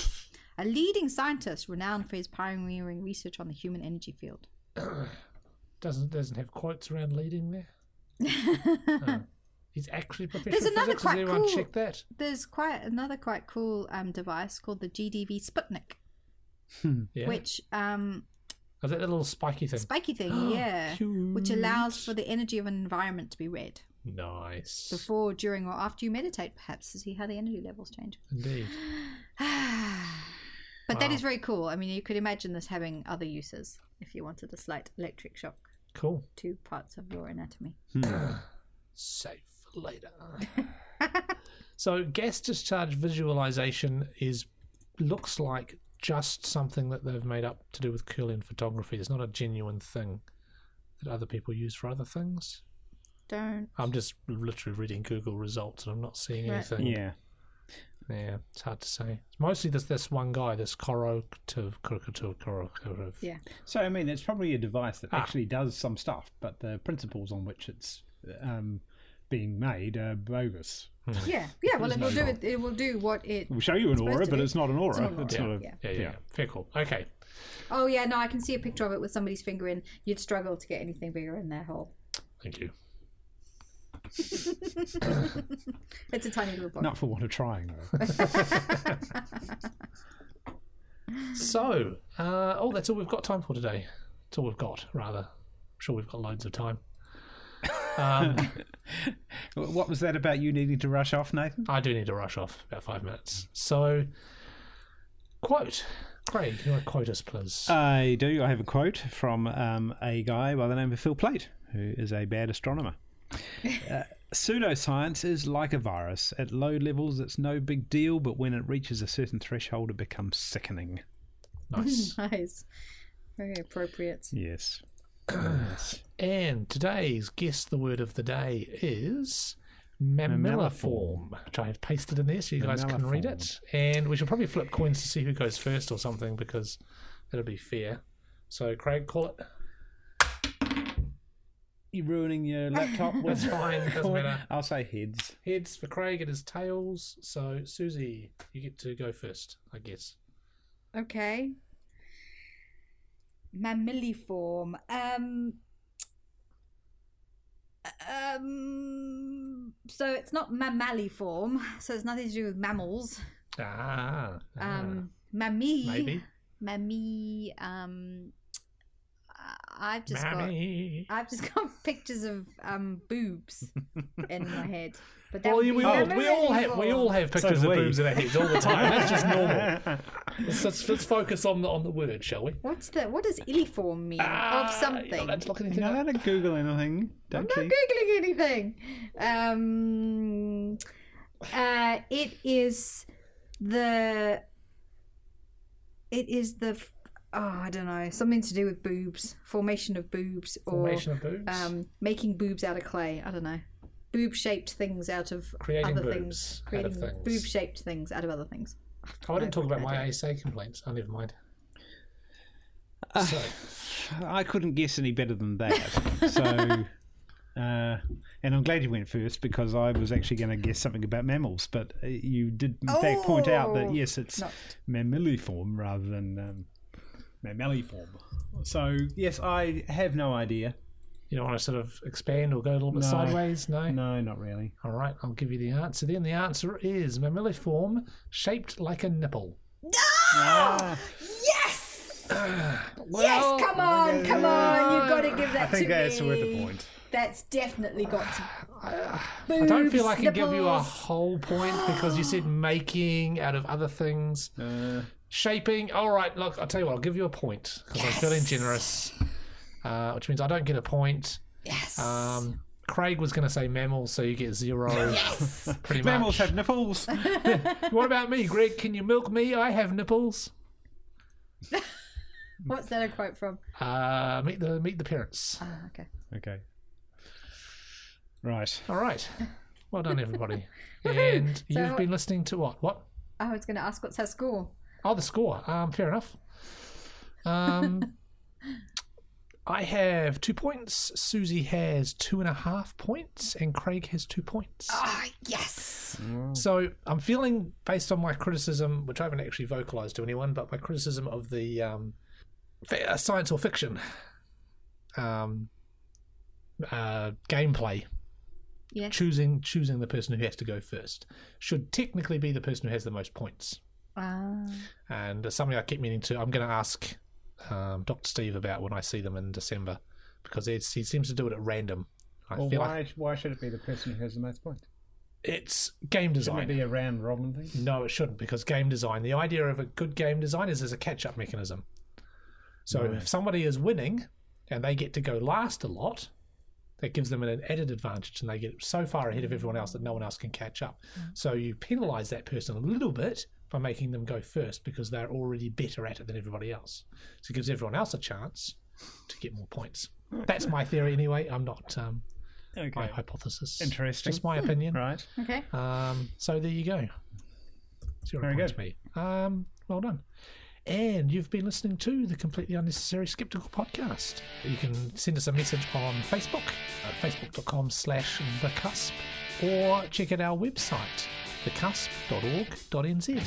Speaker 3: a leading scientist renowned for his pioneering research on the human energy
Speaker 1: <laughs>
Speaker 3: field.
Speaker 1: Doesn't doesn't have quotes around leading there. He's actually a professional
Speaker 3: There's another
Speaker 1: physics. Has
Speaker 3: quite
Speaker 1: anyone
Speaker 3: cool-
Speaker 1: checked that?
Speaker 3: There's quite another quite cool um, device called the GDV Sputnik,
Speaker 1: Yeah.
Speaker 3: which um,
Speaker 1: Oh, that little spiky thing.
Speaker 3: spiky
Speaker 1: <gasps>
Speaker 3: thing, yeah, which allows for the energy of an environment to be read
Speaker 1: nice.
Speaker 3: before, during, or after you meditate, perhaps to see how the energy levels change.
Speaker 1: Indeed.
Speaker 3: But that
Speaker 1: Wow.
Speaker 3: is very cool. I mean, you could imagine this having other uses if you wanted a slight electric shock
Speaker 1: Cool.
Speaker 3: to parts of your anatomy. <laughs>
Speaker 2: Hmm.
Speaker 1: <clears throat> save for later. so gas discharge visualization is looks like just something that they've made up to do with Curlian photography. It's not a genuine thing that other people use for other things.
Speaker 3: Don't.
Speaker 1: I'm just literally reading Google results and I'm not seeing
Speaker 3: Right.
Speaker 1: anything.
Speaker 2: Hmm. Yeah.
Speaker 1: Yeah, it's hard to say. It's mostly this this one guy, this Koro to Koro Koro.
Speaker 3: Yeah.
Speaker 2: So I mean, it's probably a device that
Speaker 1: Ah.
Speaker 2: actually does some stuff, but the principles on which it's um, being made are bogus.
Speaker 3: Yeah, yeah. Well,
Speaker 2: There's
Speaker 3: it will
Speaker 2: no
Speaker 3: do
Speaker 2: goal.
Speaker 3: it. It will do what it.
Speaker 2: We'll show you an
Speaker 3: It's supposed
Speaker 2: aura,
Speaker 3: to
Speaker 2: but
Speaker 3: be-
Speaker 2: it's not an aura. It's,
Speaker 3: it's not an
Speaker 2: not
Speaker 3: aura,
Speaker 2: a.
Speaker 3: yeah.
Speaker 1: Yeah, yeah, yeah. Fair call. Okay.
Speaker 3: Oh yeah, no, I can see a picture of it with somebody's finger in. You'd struggle to get anything bigger in their hole.
Speaker 1: Thank you.
Speaker 3: It's a tiny little box.
Speaker 2: Not for want of trying, though.
Speaker 3: <laughs>
Speaker 1: So, uh, oh, that's all we've got time for today. That's all we've got, rather. I'm sure we've got loads of time. Um,
Speaker 2: what was that about you needing to rush off, Nathan?
Speaker 1: I do need to rush off about five minutes. So, quote. Craig, you want to quote us, please?
Speaker 2: I do. I have a quote from um, a guy by the name of Phil Plate, who is a bad astronomer. Uh, Pseudoscience is like a virus. At low levels, it's no big deal, but when it reaches a certain threshold, it becomes sickening.
Speaker 1: nice.
Speaker 3: <laughs> nice. Very appropriate.
Speaker 2: Yes. yes.
Speaker 1: And today's guess the word of the day is mammaliform, which I have pasted in there so you guys can read it. And we should probably flip coins to see who goes first or something because that'll be fair. So, Craig, call it.
Speaker 2: You ruining your laptop
Speaker 1: It's
Speaker 2: with <laughs>
Speaker 1: fine, it doesn't matter.
Speaker 2: I'll say heads.
Speaker 1: Heads for Craig, it is tails. So, Susie, you get to go first, I guess.
Speaker 3: Okay. Mammaliform. Um. Um. So it's not mammaliform. So it's nothing to do with mammals.
Speaker 1: Ah. ah,
Speaker 3: Um. Mammy.
Speaker 1: maybe.
Speaker 3: Mammy. Um. I've just got.
Speaker 1: Mammy.
Speaker 3: I've just got <laughs> pictures of um
Speaker 1: <laughs>
Speaker 3: boobs in my head. But that
Speaker 1: Well,
Speaker 3: would
Speaker 1: you-
Speaker 3: be
Speaker 1: we, all, we all have we all
Speaker 3: mammaliform.
Speaker 1: have pictures
Speaker 2: do
Speaker 1: of
Speaker 2: we.
Speaker 1: boobs in our heads all the time. That's
Speaker 2: <laughs>
Speaker 1: just normal. Let's, let's, let's focus on the on the word, shall we?
Speaker 3: What's the what does illiform mean?
Speaker 1: Ah,
Speaker 3: of
Speaker 1: You're
Speaker 3: something.
Speaker 1: not allowed to look
Speaker 2: You're
Speaker 1: anything
Speaker 2: not
Speaker 1: up.
Speaker 2: allowed to Google anything,
Speaker 3: I'm
Speaker 2: don't
Speaker 3: not
Speaker 2: you?
Speaker 3: googling anything. Um, uh, it is the. It is the. f- Oh, I don't know. Something to do with boobs, formation of boobs, or
Speaker 1: Formation of boobs.
Speaker 3: um, making boobs out of clay. I don't know. Boob-shaped things out of
Speaker 1: Creating
Speaker 3: other
Speaker 1: boobs
Speaker 3: things.
Speaker 1: out of
Speaker 3: Creating
Speaker 1: things.
Speaker 3: boob-shaped things out of other things.
Speaker 1: oh, I didn't talk about
Speaker 3: I
Speaker 1: my
Speaker 3: don't-
Speaker 1: ASA complaints. Oh, never mind.
Speaker 3: Uh.
Speaker 2: Ah.
Speaker 1: So,
Speaker 2: I couldn't guess any better than that.
Speaker 3: <laughs>
Speaker 2: So, uh, and I'm glad you went first because I was actually going to guess something about mammals, but uh, you did in fact point out that
Speaker 3: Oh,
Speaker 2: yes, it's
Speaker 3: not-
Speaker 2: mammaliform rather than um, mammaliform. So yes, I have no idea.
Speaker 1: you don't want to sort of expand or go a little bit
Speaker 2: No.
Speaker 1: sideways? No.
Speaker 2: No, not really.
Speaker 1: All right, I'll give you the answer then. The answer is mammaliform, shaped like a nipple.
Speaker 2: Ah,
Speaker 3: Yes!
Speaker 1: Well,
Speaker 3: yes! Come on! Come on! You've got to give that
Speaker 2: I think
Speaker 3: to
Speaker 2: that's
Speaker 3: me.
Speaker 2: worth a point.
Speaker 3: That's definitely got to
Speaker 1: I don't feel I
Speaker 3: Boobs,
Speaker 1: can give you a
Speaker 3: nipples.
Speaker 1: whole point because you said making out of other things.
Speaker 2: Uh,
Speaker 1: Shaping. All right, look, I'll tell you what, I'll give you a point because I'm feeling generous, uh, which means I don't get a point.
Speaker 3: Yes.
Speaker 1: Um, Craig was going to say mammals, so you get zero.
Speaker 3: yes.
Speaker 1: <laughs> Pretty
Speaker 2: mammals
Speaker 1: much.
Speaker 2: have
Speaker 3: <laughs>
Speaker 2: nipples.
Speaker 1: What about me, Greg? Can you milk me? I have nipples.
Speaker 3: What's that a quote from?
Speaker 1: Uh, meet the meet the parents.
Speaker 3: Ah, okay.
Speaker 2: okay. Right.
Speaker 1: All right. Well done,
Speaker 3: <laughs>
Speaker 1: everybody. and you've
Speaker 3: So-
Speaker 1: been listening to what? What?
Speaker 3: Oh, I was going to ask what's our score.
Speaker 1: Oh, the score. Um, fair enough. Um, I have two points. Susie has two and a half points, and Craig has two points.
Speaker 3: Ah, yes.
Speaker 1: So I'm feeling, based on my criticism, which I haven't actually vocalized to anyone, but my criticism of the um, fi- uh, science or fiction um, uh, gameplay,
Speaker 3: Yeah.
Speaker 1: choosing choosing the person who has to go first should technically be the person who has the most points.
Speaker 3: Ah.
Speaker 1: And it's something I keep meaning to. I'm going to ask um, Dr. Steve about when I see them in December because it's, he seems to do it at random. I
Speaker 5: Well,
Speaker 1: feel
Speaker 5: why,
Speaker 1: like
Speaker 5: why should it be the person who has the most points?
Speaker 1: it's game
Speaker 5: Shouldn't
Speaker 1: design.
Speaker 5: it be a round robin thing?
Speaker 1: No, it shouldn't, because game design, the idea of a good game design is there's a catch up mechanism. So if somebody is winning and they get to go last a lot, that gives them an added advantage and they get so far ahead of everyone else that no one else can catch up.
Speaker 2: Mm.
Speaker 1: So you penalize that person a little bit by making them go first because they're already better at it than everybody else. So it gives everyone else a chance to get more
Speaker 2: <laughs>
Speaker 1: points. That's my theory anyway. I'm not um, my
Speaker 2: Okay.
Speaker 1: hypothesis.
Speaker 2: Interesting.
Speaker 1: Just my opinion.
Speaker 2: Right.
Speaker 3: Okay.
Speaker 1: Um, so there you go. Zero
Speaker 2: Very
Speaker 1: points
Speaker 2: good.
Speaker 1: me. Um, well done. And you've been listening to the Completely Unnecessary Skeptical Podcast. You can send us a message on Facebook, uh, facebook.com slash The Cusp, or check out our website, thecusp.org.nz.